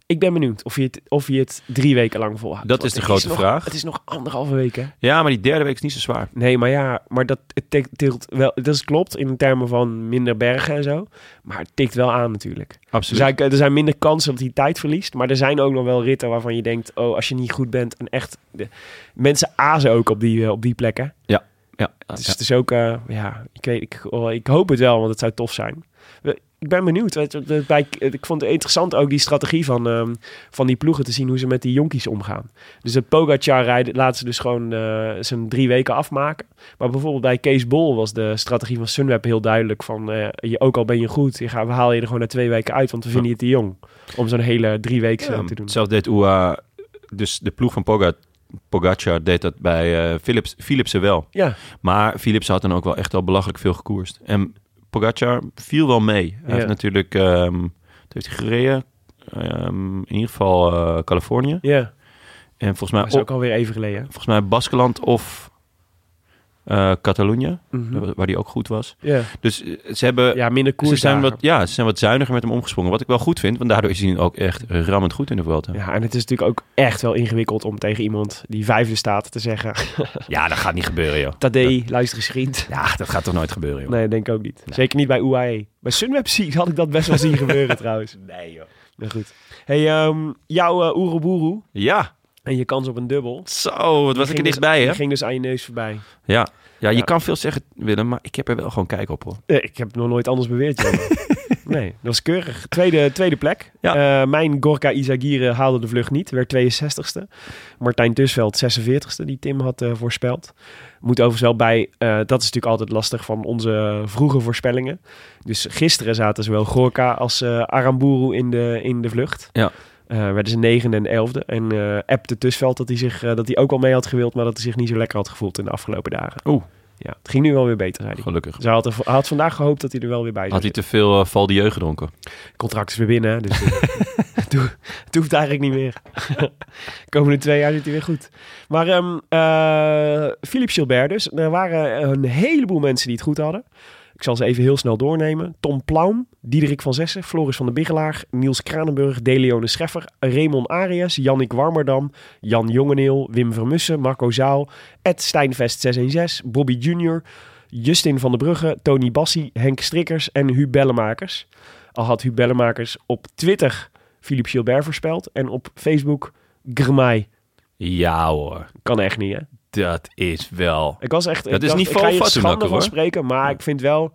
S2: Ik ben benieuwd of je het, of je het drie weken lang volhoudt.
S1: Dat
S2: Want
S1: is de
S2: het
S1: grote
S2: nog-
S1: vraag.
S2: het is nog anderhalve week, hè?
S1: Ja, maar die derde week is niet zo zwaar.
S2: Nee, maar ja, maar dat, het tikt, tilt wel, dat is klopt in termen van minder bergen en zo. Maar het tikt wel aan natuurlijk. Er
S1: Absoluut.
S2: zijn, er zijn minder kansen dat hij tijd verliest. Maar er zijn ook nog wel ritten waarvan je denkt... oh, als je niet goed bent... en echt... De, mensen azen ook op die, eh, op die plekken.
S1: Ja,
S2: Dus
S1: ja.
S2: het is ook... eh, ja, ik, weet, ik, oh, ik hoop het wel, want het zou tof zijn. We- Ik ben benieuwd. Weet je, de- bij- eh, Ik vond het interessant ook die strategie van, ehm, van die ploegen... te zien hoe ze met die jonkies omgaan. Dus het Pogacar rijden laten ze dus gewoon eh, zijn drie weken afmaken. Maar bijvoorbeeld bij Kees Bol was de strategie van Sunweb heel duidelijk. Van, eh, je, ook al ben je goed, je gaat, we halen je er gewoon na twee weken uit. Want we vinden je te jong om zo'n hele drie weken eh,
S1: Ja,
S2: te doen.
S1: zelfs deed Oeha, dus de ploeg van Poga- Pogacar deed dat bij eh Philips, Philipsen wel.
S2: Ja,
S1: Maar Philips had dan ook wel echt al belachelijk veel gekoerst. En Pogacar viel wel mee. Hij
S2: Ja.
S1: heeft natuurlijk, ehm wat heeft hij gereden? Ehm, in ieder geval eh, Californië.
S2: ja.
S1: En volgens
S2: Maar
S1: mij,
S2: is ook
S1: ook...
S2: alweer even geleden. hè?
S1: volgens mij Baskeland of eh Catalonië,
S2: Mhm.
S1: waar hij ook goed was.
S2: Ja.
S1: Dus eh, ze hebben...
S2: ja, minder koers.
S1: Ze zijn, wat, ja, ze zijn wat zuiniger met hem omgesprongen. Wat ik wel goed vind, want daardoor is hij ook echt rammend goed in de Vuelta.
S2: Ja, en het is natuurlijk ook echt wel ingewikkeld om tegen iemand die vijfde staat te zeggen...
S1: Ja, dat gaat niet gebeuren, joh.
S2: Tadee, luister eens vriend.
S1: Ja, dat gaat toch nooit gebeuren, joh.
S2: Nee, denk ik ook niet. Zeker niet bij UAE. Bij Sunweb zie, had ik dat best wel zien gebeuren trouwens.
S1: Nee, joh.
S2: Maar goed. hey, ehm, jouw eh Oeruburu
S1: Ja,
S2: en je kans op een dubbel...
S1: zo, wat was
S2: Die
S1: ik er
S2: ging dus-
S1: dichtbij,
S2: die
S1: hè?
S2: ging dus aan je neus voorbij.
S1: Ja, Ja, je
S2: Ja.
S1: kan veel zeggen, Willem, maar ik heb er wel gewoon kijk op, hoor.
S2: Eh, ik heb nog nooit anders beweerd, Jan. nee, dat was keurig. Tweede, tweede plek.
S1: Ja.
S2: Eh, mijn Gorka Izagire haalde de vlucht niet. Werd 62ste. Martijn Tusveld 46ste, die Tim had eh, voorspeld. Moet overigens wel bij... eh, dat is natuurlijk altijd lastig van onze vroege voorspellingen. Dus gisteren zaten zowel Gorka als eh, Aramburu in de, in de vlucht.
S1: Ja.
S2: Eh, werden ze negende en elfde. En eh appte Tusveld dat hij, zich, eh, dat hij ook al mee had gewild... maar dat hij zich niet zo lekker had gevoeld in de afgelopen dagen.
S1: Oeh.
S2: Ja, het ging nu wel weer beter, zei hij.
S1: Gelukkig.
S2: Ze had, er- hij had vandaag gehoopt dat hij er wel weer bij zou
S1: Had hij
S2: zitten.
S1: te veel eh, Val Dieu gedronken?
S2: Contract is weer binnen, hè, dus eh, het hoeft- het hoeft eigenlijk niet meer. Komende twee jaar zit hij weer goed. Maar ehm eh, Philippe Gilbert dus. Er waren een heleboel mensen die het goed hadden. Ik zal ze even heel snel doornemen. Tom Plaum, Diederik van Zessen, Floris van de Biggelaar, Niels Kranenburg, Deleone Scheffer, Raymond Arias, Jannik Warmerdam, Jan Jongeneel, Wim Vermussen, Marco Zaal, Ed Stijnvest 616, Bobby Junior, Justin van der Brugge, Tony Bassi, Henk Strikkers en Huub Bellemakers. Al had Huub Bellemakers op Twitter Philippe Gilbert voorspeld en op Facebook Grmai.
S1: Ja, hoor.
S2: Kan echt niet, hè?
S1: Dat is wel...
S2: Ik was echt.
S1: Dat
S2: ik
S1: is
S2: dacht,
S1: niet
S2: ik
S1: voor
S2: ga hier
S1: Fatsoen
S2: schande
S1: Nakker,
S2: van
S1: hoor.
S2: spreken, maar ik vind wel.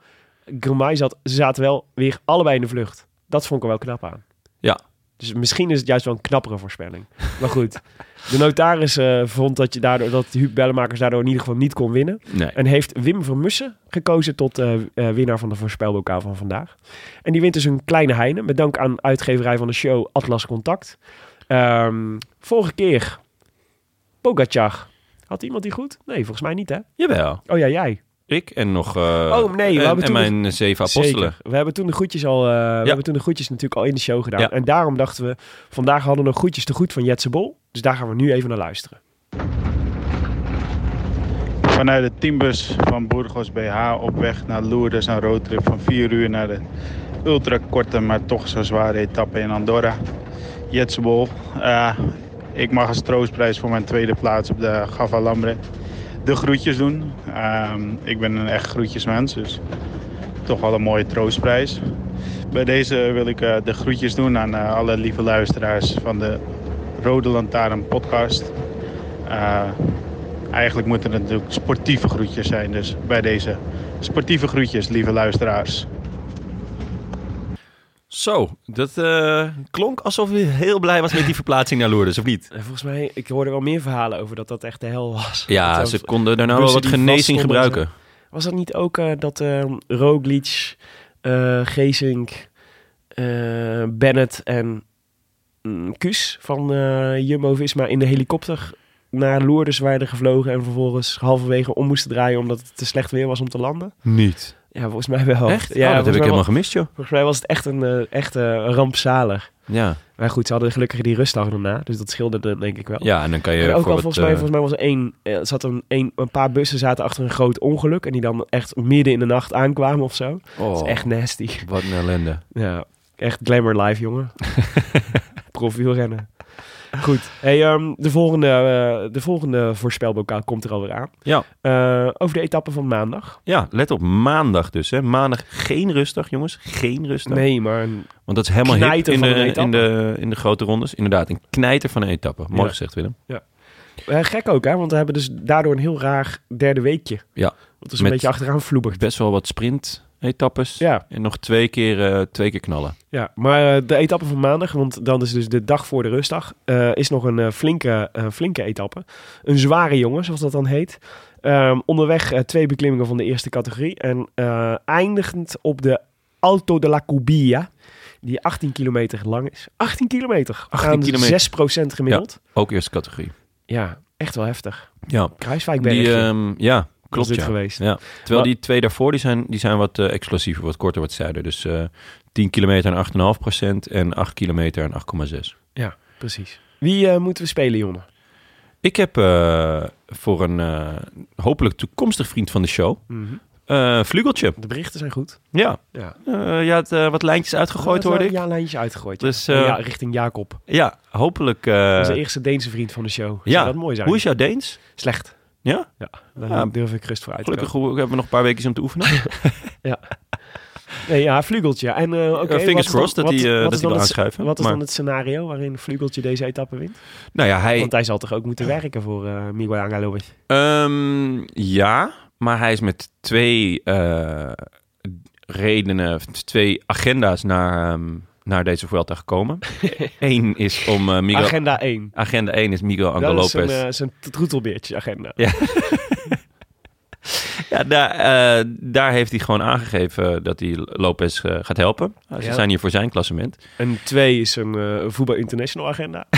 S2: Gromai zat, ze zaten wel weer allebei in de vlucht. Dat vond ik er wel knap aan.
S1: Ja.
S2: Dus misschien is het juist wel een knappere voorspelling. Maar goed, de notaris eh, vond dat, je daardoor, dat Huub Bellemakers daardoor in ieder geval niet kon winnen.
S1: Nee.
S2: En heeft Wim Vermussen gekozen tot eh, eh, winnaar van de voorspelbokaal van vandaag. En die wint dus een kleine heine. Met dank aan uitgeverij van de show Atlas Contact. Ehm, vorige keer, Pogacar. Had iemand die goed? Nee, volgens mij niet hè?
S1: Jawel.
S2: Oh ja, jij.
S1: Ik en nog... eh,
S2: Oh, nee, we
S1: en,
S2: hebben
S1: en
S2: toen-
S1: mijn eh, zeven apostelen.
S2: Zeker. We hebben toen de groetjes al. eh, We hebben toen de groetjes natuurlijk al in de show gedaan.
S1: Ja.
S2: En daarom dachten we, vandaag hadden we nog groetjes te goed van Jetse Bol. Dus daar gaan we nu even naar luisteren.
S8: Vanuit de teambus van Burgos BH op weg naar Lourdes. Een roadtrip van 4 uur naar de ultrakorte, maar toch zo zware etappe in Andorra. Jetsebol. Eh, ik mag als troostprijs voor mijn tweede plaats op de Gavalambre de groetjes doen. Ehm, ik ben een echt groetjesmens, dus toch wel een mooie troostprijs. Bij deze wil ik eh, de groetjes doen aan eh, alle lieve luisteraars van de Rode Lantaarn podcast. Eh, Eigenlijk moeten het natuurlijk sportieve groetjes zijn. Dus bij deze sportieve groetjes, lieve luisteraars.
S1: Zo, dat eh, klonk alsof hij heel blij was met die verplaatsing naar Lourdes, of niet?
S2: En Eh, volgens mij, ik hoorde wel meer verhalen over dat dat echt de hel was.
S1: Ja,
S2: Dat
S1: ze
S2: zelfs-
S1: konden daarna wel
S2: bussen
S1: wat
S2: die
S1: genezing
S2: vaststonden en
S1: gebruiken.
S2: Was dat niet ook eh, dat ehm Roglic, eh Geesink, eh, Bennett en mm, Kuus van eh, Jumbo-Visma in de helikopter naar Lourdes werden gevlogen en vervolgens halverwege om moesten draaien omdat het te slecht weer was om te landen?
S1: Niet.
S2: Ja, volgens mij wel.
S1: Echt?
S2: Oh, Ja,
S1: Ja, dat heb ik
S2: volgens, mij
S1: helemaal
S2: wel-
S1: gemist, joh.
S2: volgens mij was het echt een, eh, echt, eh, rampzalig.
S1: Ja.
S2: Maar goed, ze hadden gelukkig die rustdag daarna, dus dat scheelde eh, denk ik wel.
S1: ja, en dan kan je
S2: En ook
S1: voor
S2: al
S1: wat,
S2: volgens mij,
S1: eh,
S2: volgens mij was er één, eh, zat een, een, een paar bussen zaten achter een groot ongeluk. En die dan echt midden in de nacht aankwamen of zo. Dat
S1: oh,
S2: is echt nasty.
S1: Wat een ellende.
S2: Ja, echt glamour life, jongen. Profielrennen. Goed. Hey, ehm, de, volgende, eh, de volgende voorspelbokaal komt er alweer aan.
S1: Ja.
S2: Eh, over de etappe van maandag.
S1: Ja, let op, maandag dus. Hè. Maandag geen rustdag, jongens. Geen rustdag.
S2: Nee, maar een
S1: Want dat is helemaal hip
S2: Knijter
S1: in
S2: van een
S1: de,
S2: etappe.
S1: in, de, in de grote rondes. Inderdaad, een knijter van een etappe. Mooi
S2: Ja.
S1: gezegd, Willem.
S2: eh, gek ook, hè? Want we hebben dus daardoor een heel raar derde weekje.
S1: Ja.
S2: Dat is een
S1: Met-
S2: beetje achteraan vloebert.
S1: Best wel wat sprint-etappes.
S2: Ja.
S1: En nog twee keer, eh, twee keer knallen.
S2: Ja, maar eh, de etappe van maandag, want dan is dus de dag voor de rustdag, eh, is nog een eh, flinke, eh, flinke etappe. Een zware jongen, zoals dat dan heet. Ehm, onderweg eh, twee beklimmingen van de eerste categorie en eh, eindigend op de Alto de la Cubilla, die 18 kilometer lang is. 18 kilometer,
S1: 18
S2: aan
S1: kilometer.
S2: 6% gemiddeld.
S1: Ook eerste categorie.
S2: Ja. echt wel heftig. eh,
S1: Ja,
S2: Kruiswijkberg
S1: die, ehm, ja klopt
S2: dit
S1: ja.
S2: geweest.
S1: Ja. Terwijl
S2: Maar-
S1: die twee daarvoor, die zijn, die zijn wat eh, explosiever, wat korter, wat stijder. Dus eh 10 kilometer en 8,5 en 8 kilometer en 8,6.
S2: Ja, precies. Wie eh, moeten we spelen, jongen?
S1: Ik heb eh, voor een eh, hopelijk toekomstig vriend van de show, eh Vlugeltje.
S2: De berichten zijn goed.
S1: Ja,
S2: Mhm. Ja.
S1: Eh, je had eh, wat lijntjes uitgegooid, hoorde ik. Ja,
S2: Ja, lijntje uitgegooid.
S1: Dus,
S2: ja.
S1: eh,
S2: ja, richting Jacob.
S1: hopelijk. eh,
S2: Onze eerste Deense vriend van de show. Zou
S1: ja.
S2: dat mooi zijn?
S1: Hoe is jouw Deens?
S2: Slecht.
S1: Ja?
S2: Ja, daar
S1: Ja.
S2: durf ik rust voor uit te
S1: Gelukkig hoe- hebben we nog een paar weken om te oefenen.
S2: komen. Nee, ja, Vlugeltje. En, eh oké,
S1: Eh, fingers
S2: wat is
S1: crossed
S2: dan-
S1: dat
S2: wat-
S1: hij, eh,
S2: wat
S1: dat hij
S2: is dan
S1: wil
S2: het-
S1: aanschuiven,
S2: Wat is
S1: maar-
S2: dan het scenario waarin Vlugeltje deze etappe wint?
S1: nou ja, hij,
S2: Want hij zal toch ook moeten werken voor eh Miguel Angelovic?
S1: Ehm, ja, Maar hij is met twee eh, redenen, of twee agenda's naar, ehm, naar deze Vuelta gekomen. Eén is om eh, Miguel...
S2: Agenda één.
S1: Agenda 1 is Miguel Angel
S2: Dat is een,
S1: Lopez.
S2: eh, zijn troetelbeertje agenda.
S1: Ja. Ja, daar, eh, daar heeft hij gewoon aangegeven dat hij Lopez eh, gaat helpen. Ze
S2: Ja.
S1: zijn hier voor zijn klassement.
S2: En twee is een eh, voetbal international agenda.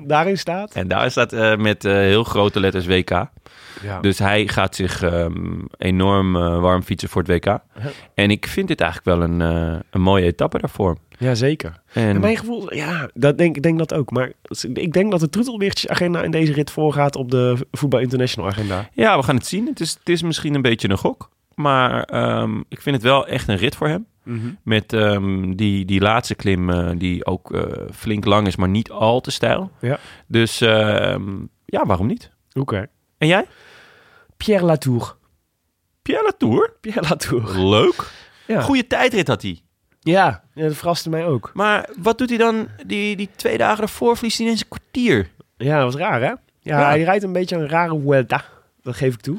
S2: Daarin staat.
S1: En daar staat eh, met eh, heel grote letters WK.
S2: Ja.
S1: Dus hij gaat zich ehm, enorm eh, warm fietsen voor het WK. En ik vind dit eigenlijk wel een, eh, een mooie etappe daarvoor.
S2: Jazeker.
S1: En-
S2: En mijn gevoel, ja, dat denk, ik denk dat ook. Maar ik denk dat de troetelbeertjes agenda in deze rit voorgaat op de voetbal international agenda.
S1: Ja, we gaan het zien. Het is, het is misschien een beetje een gok. Maar ehm, ik vind het wel echt een rit voor hem.
S2: Mhm.
S1: Met ehm, die, die laatste klim, eh, die ook eh, flink lang is, maar niet al te stijl.
S2: Ja.
S1: Dus ehm, ja, waarom niet?
S2: Oké.
S1: En jij?
S2: Pierre Latour.
S1: Pierre Latour?
S2: Pierre Latour.
S1: Leuk.
S2: Ja.
S1: Goede tijdrit had hij.
S2: Ja, ja, dat verraste mij ook.
S1: Maar wat doet hij dan die, die twee dagen ervoor? Verliest hij ineens een kwartier?
S2: Ja, dat was raar, hè? Ja,
S1: Ja.
S2: hij rijdt een beetje een rare Vuelta. Dat geef ik toe.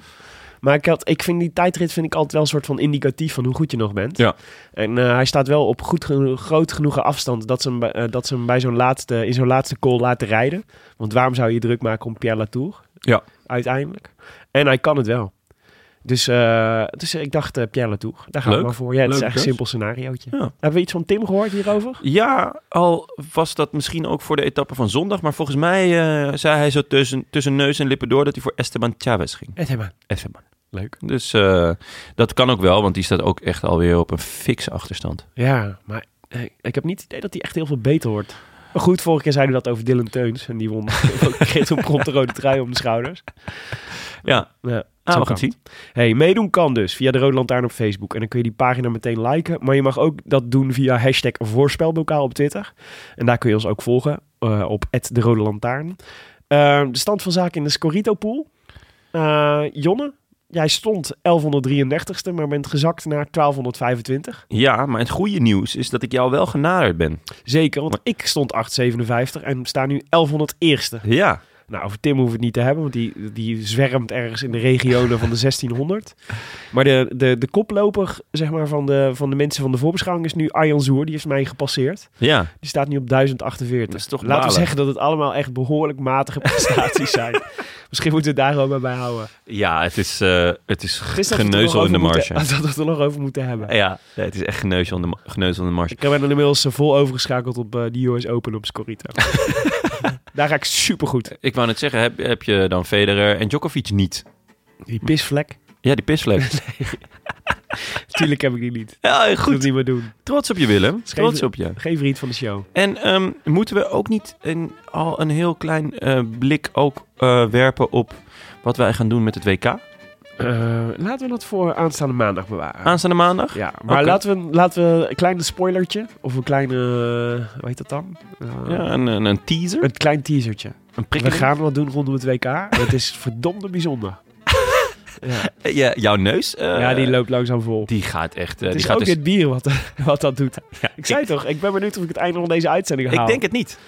S2: Maar ik, had, ik vind die tijdrit vind ik altijd wel een soort van indicatief van hoe goed je nog bent.
S1: Ja.
S2: En eh, hij staat wel op goed geno- groot genoeg afstand dat ze hem, bij- eh, dat ze hem bij zo'n laatste, in zo'n laatste call laten rijden. Want waarom zou je druk maken om Pierre Latour?
S1: Ja.
S2: Uiteindelijk. En hij kan het wel. Dus, eh, dus ik dacht eh, Pierre Latour, daar gaan
S1: Leuk.
S2: we maar voor. Ja, het is
S1: Leuke
S2: echt een
S1: keus.
S2: simpel scenariootje.
S1: Ja.
S2: Hebben we iets van Tim gehoord hierover?
S1: Ja, al was dat misschien ook voor de etappe van zondag. Maar volgens mij eh, zei hij zo tussen, tussen neus en lippen door dat hij voor Esteban Chavez ging.
S2: Het hebben.
S1: Esteban.
S2: Leuk.
S1: Dus eh, dat kan ook wel, want die staat ook echt alweer op een fikse achterstand.
S2: Ja, maar eh, ik heb niet het idee dat hij echt heel veel beter wordt. Maar goed, vorige keer zeiden we dat over Dylan Teuns. En die won. kreeg toen prompt de rode trui om de schouders.
S1: Ja,
S2: Ja,
S1: ah,
S2: zo
S1: we gaan
S2: kan
S1: het zien.
S2: Hey, meedoen kan dus via de Rode Lantaarn op Facebook. En dan kun je die pagina meteen liken. Maar je mag ook dat doen via hashtag voorspelbokaal op Twitter. En daar kun je ons ook volgen eh, op de Rode Lantaarn. Eh, de stand van zaken in de Scorito Pool. Eh, Jonne, jij stond 1133ste, maar bent gezakt naar 1225.
S1: Ja, maar het goede nieuws is dat ik jou wel genaderd ben.
S2: Zeker, want ik stond 857 en sta nu 1101ste.
S1: Ja,
S2: Nou, over Tim hoeven we het niet te hebben, want die, die zwermt ergens in de regionen van de 1600. Maar de, de, de koploper zeg maar, van, de, van de mensen van de voorbeschouwing is nu Arjan Zoer. Die heeft mij gepasseerd.
S1: ja.
S2: Die staat nu op 1048.
S1: Dat is toch
S2: Laten we
S1: balen.
S2: zeggen dat het allemaal echt behoorlijk matige prestaties zijn. Misschien moeten we het daar ook maar bij houden.
S1: Ja, het is, eh, het is,
S2: Het is dat we het er nog
S1: geneuzel in de
S2: over
S1: marge.
S2: Moeten, dat we het er nog over moeten hebben.
S1: Ja, nee, het is echt geneuzel in de, ma- geneuzel in de marge.
S2: Ik ben er inmiddels eh, vol overgeschakeld op eh de US Open op Scorito. daar ga ik supergoed.
S1: Ik wou net zeggen, heb, heb je dan Federer en Djokovic niet?
S2: Die pisvlek.
S1: Ja, die pisvlek.
S2: Tuurlijk heb ik die niet.
S1: Ja,
S2: Goed. Dat
S1: goed.
S2: niet meer doen.
S1: Trots op je, Willem.
S2: Schreef-
S1: Trots op je.
S2: Geen vriend van de show.
S1: En ehm, moeten we ook niet een, al een heel klein eh, blik ook eh, werpen op wat wij gaan doen met het WK?
S2: Eh, laten we dat voor aanstaande maandag bewaren.
S1: Aanstaande maandag?
S2: ja, maar
S1: Oké.
S2: laten, we, laten we een klein spoilertje. Of een kleine. eh, hoe heet dat dan? Eh,
S1: Ja, een, een, een teaser?
S2: Een klein teasertje.
S1: Een
S2: We
S1: prikkeling?
S2: gaan wat doen rondom het WK. En Het is verdomde bijzonder. ja.
S1: Eh, ja, jouw neus? eh,
S2: ja, die loopt langzaam vol.
S1: Die gaat echt... eh,
S2: het
S1: die
S2: is
S1: gaat
S2: ook
S1: dus,
S2: dit bier wat, wat dat doet.
S1: Ja,
S2: Ik zei toch, ik ben benieuwd of ik het einde van deze uitzending haal.
S1: ik denk het niet.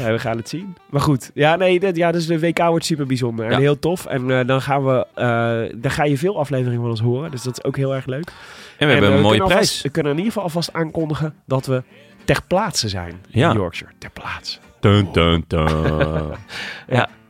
S2: Ja, we gaan het zien. Maar goed, ja, nee, dit, ja, dus de WK wordt super bijzonder en
S1: Ja.
S2: heel tof. En eh, dan gaan we, eh, dan ga je veel afleveringen van ons horen. Dus dat is ook heel erg leuk.
S1: En we hebben
S2: eh,
S1: een mooie
S2: kunnen alvast-
S1: prijs.
S2: we kunnen in ieder geval alvast aankondigen dat we ter plaatse zijn in
S1: Ja.
S2: Yorkshire. Ter plaatse.
S1: Dun, dun, dun.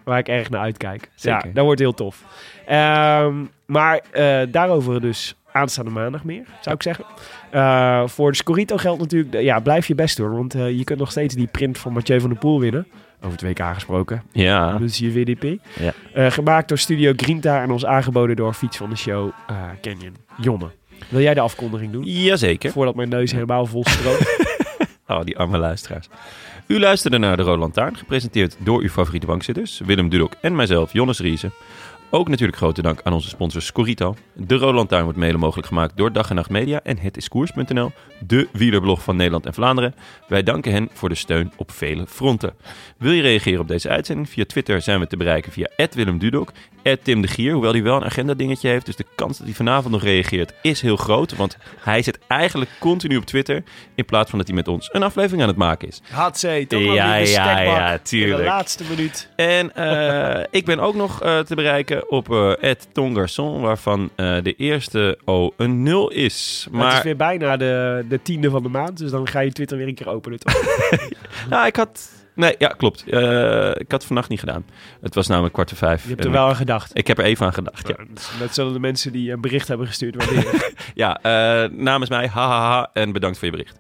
S2: Waar ik erg naar uitkijk.
S1: Zeker.
S2: Ja, dat wordt heel tof. Ehm, maar eh, daarover dus aanstaande maandag meer, zou ik zeggen. Eh, voor de Scorito geldt natuurlijk, eh, ja, blijf je best doen. Want eh, je kunt nog steeds die print van Mathieu van der Poel winnen. Over het WK gesproken.
S1: ja.
S2: Monsieur WDP.
S1: Ja.
S2: Eh, gemaakt door Studio Grinta en ons aangeboden door Fiets van de Show eh, Canyon. Jonne, wil jij de afkondiging doen?
S1: Jazeker.
S2: Voordat mijn neus helemaal vol stroomt.
S1: Oh, die arme luisteraars. U luisterde naar De Rode Lantaarn, gepresenteerd door uw favoriete bankzitters... Willem Dudok en mijzelf, Jonas Riese. Ook natuurlijk grote dank aan onze sponsor Scorito. De Rode Lantaarn wordt mede mogelijk gemaakt door Dag en Nacht Media... en het is koers.nl, de wielerblog van Nederland en Vlaanderen. Wij danken hen voor de steun op vele fronten. Wil je reageren op deze uitzending? Via Twitter zijn we te bereiken via Willem Dudok, Tim de Gier... hoewel hij wel een agenda-dingetje heeft... dus de kans dat hij vanavond nog reageert is heel groot... want hij zit eigenlijk continu op Twitter... in plaats van dat hij met ons een aflevering aan het maken is.
S2: HC, toch
S1: Ja, ja, ja,
S2: De
S1: tuurlijk.
S2: laatste minuut.
S1: En eh, ik ben ook nog eh, te bereiken kijken op eh @tongarson, waarvan eh, de eerste O een 0 is.
S2: Maar... Het is
S1: Maar
S2: weer bijna de, de tiende van de maand, dus dan ga je Twitter weer een keer openen. toch?
S1: nou, ik had. Nee, ja, klopt. Eh, ik had het vannacht niet gedaan. Het was namelijk kwart voor vijf.
S2: Je hebt er
S1: En
S2: wel aan gedacht.
S1: Ik heb er even aan gedacht. Ja,
S2: Net zullen de mensen die een bericht hebben gestuurd waarderen.
S1: ja eh, namens mij, hahaha, en bedankt voor je bericht.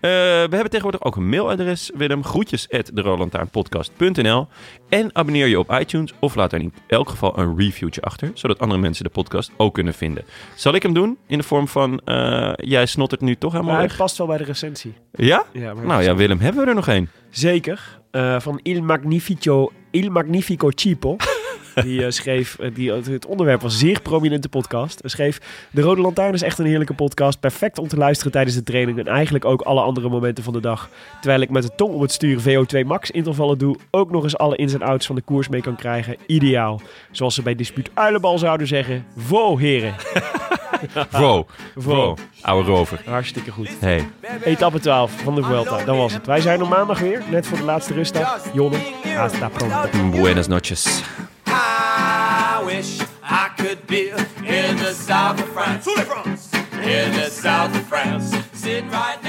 S1: Eh, we hebben tegenwoordig ook een mailadres, Willem. Groetjes at derolantaarnpodcast.nl. En abonneer je op iTunes of laat er in elk geval een reviewtje achter, zodat andere mensen de podcast ook kunnen vinden. Zal ik hem doen in de vorm van, eh, jij snot het nu toch helemaal
S2: maar hij
S1: weg?
S2: past wel bij de recensie.
S1: Ja?
S2: Ja, maar-
S1: nou ja, Willem, hebben we er nog één?
S2: Zeker. Eh, van Il Magnifico, Il Magnifico Cipo. Die eh, schreef, eh, die, het onderwerp was zeer prominente podcast. Hij schreef, De Rode Lantaarn is echt een heerlijke podcast. Perfect om te luisteren tijdens de training en eigenlijk ook alle andere momenten van de dag. Terwijl ik met de tong op het stuur VO2 max intervallen doe. Ook nog eens alle ins en outs van de koers mee kan krijgen. Ideaal. Zoals ze bij Dispuut Uilenbal zouden zeggen. Wow heren.
S1: Wow,
S2: Wow.
S1: wow, oude rover.
S2: Hartstikke goed.
S1: Hey.
S2: Etappe 12 van de Vuelta, dat was het. Wij zijn er maandag weer, net voor de laatste rustdag. Jonne, hasta pronto.
S1: Buenas noches.
S5: I wish I could be in the south of France. In the south of France. Sitting right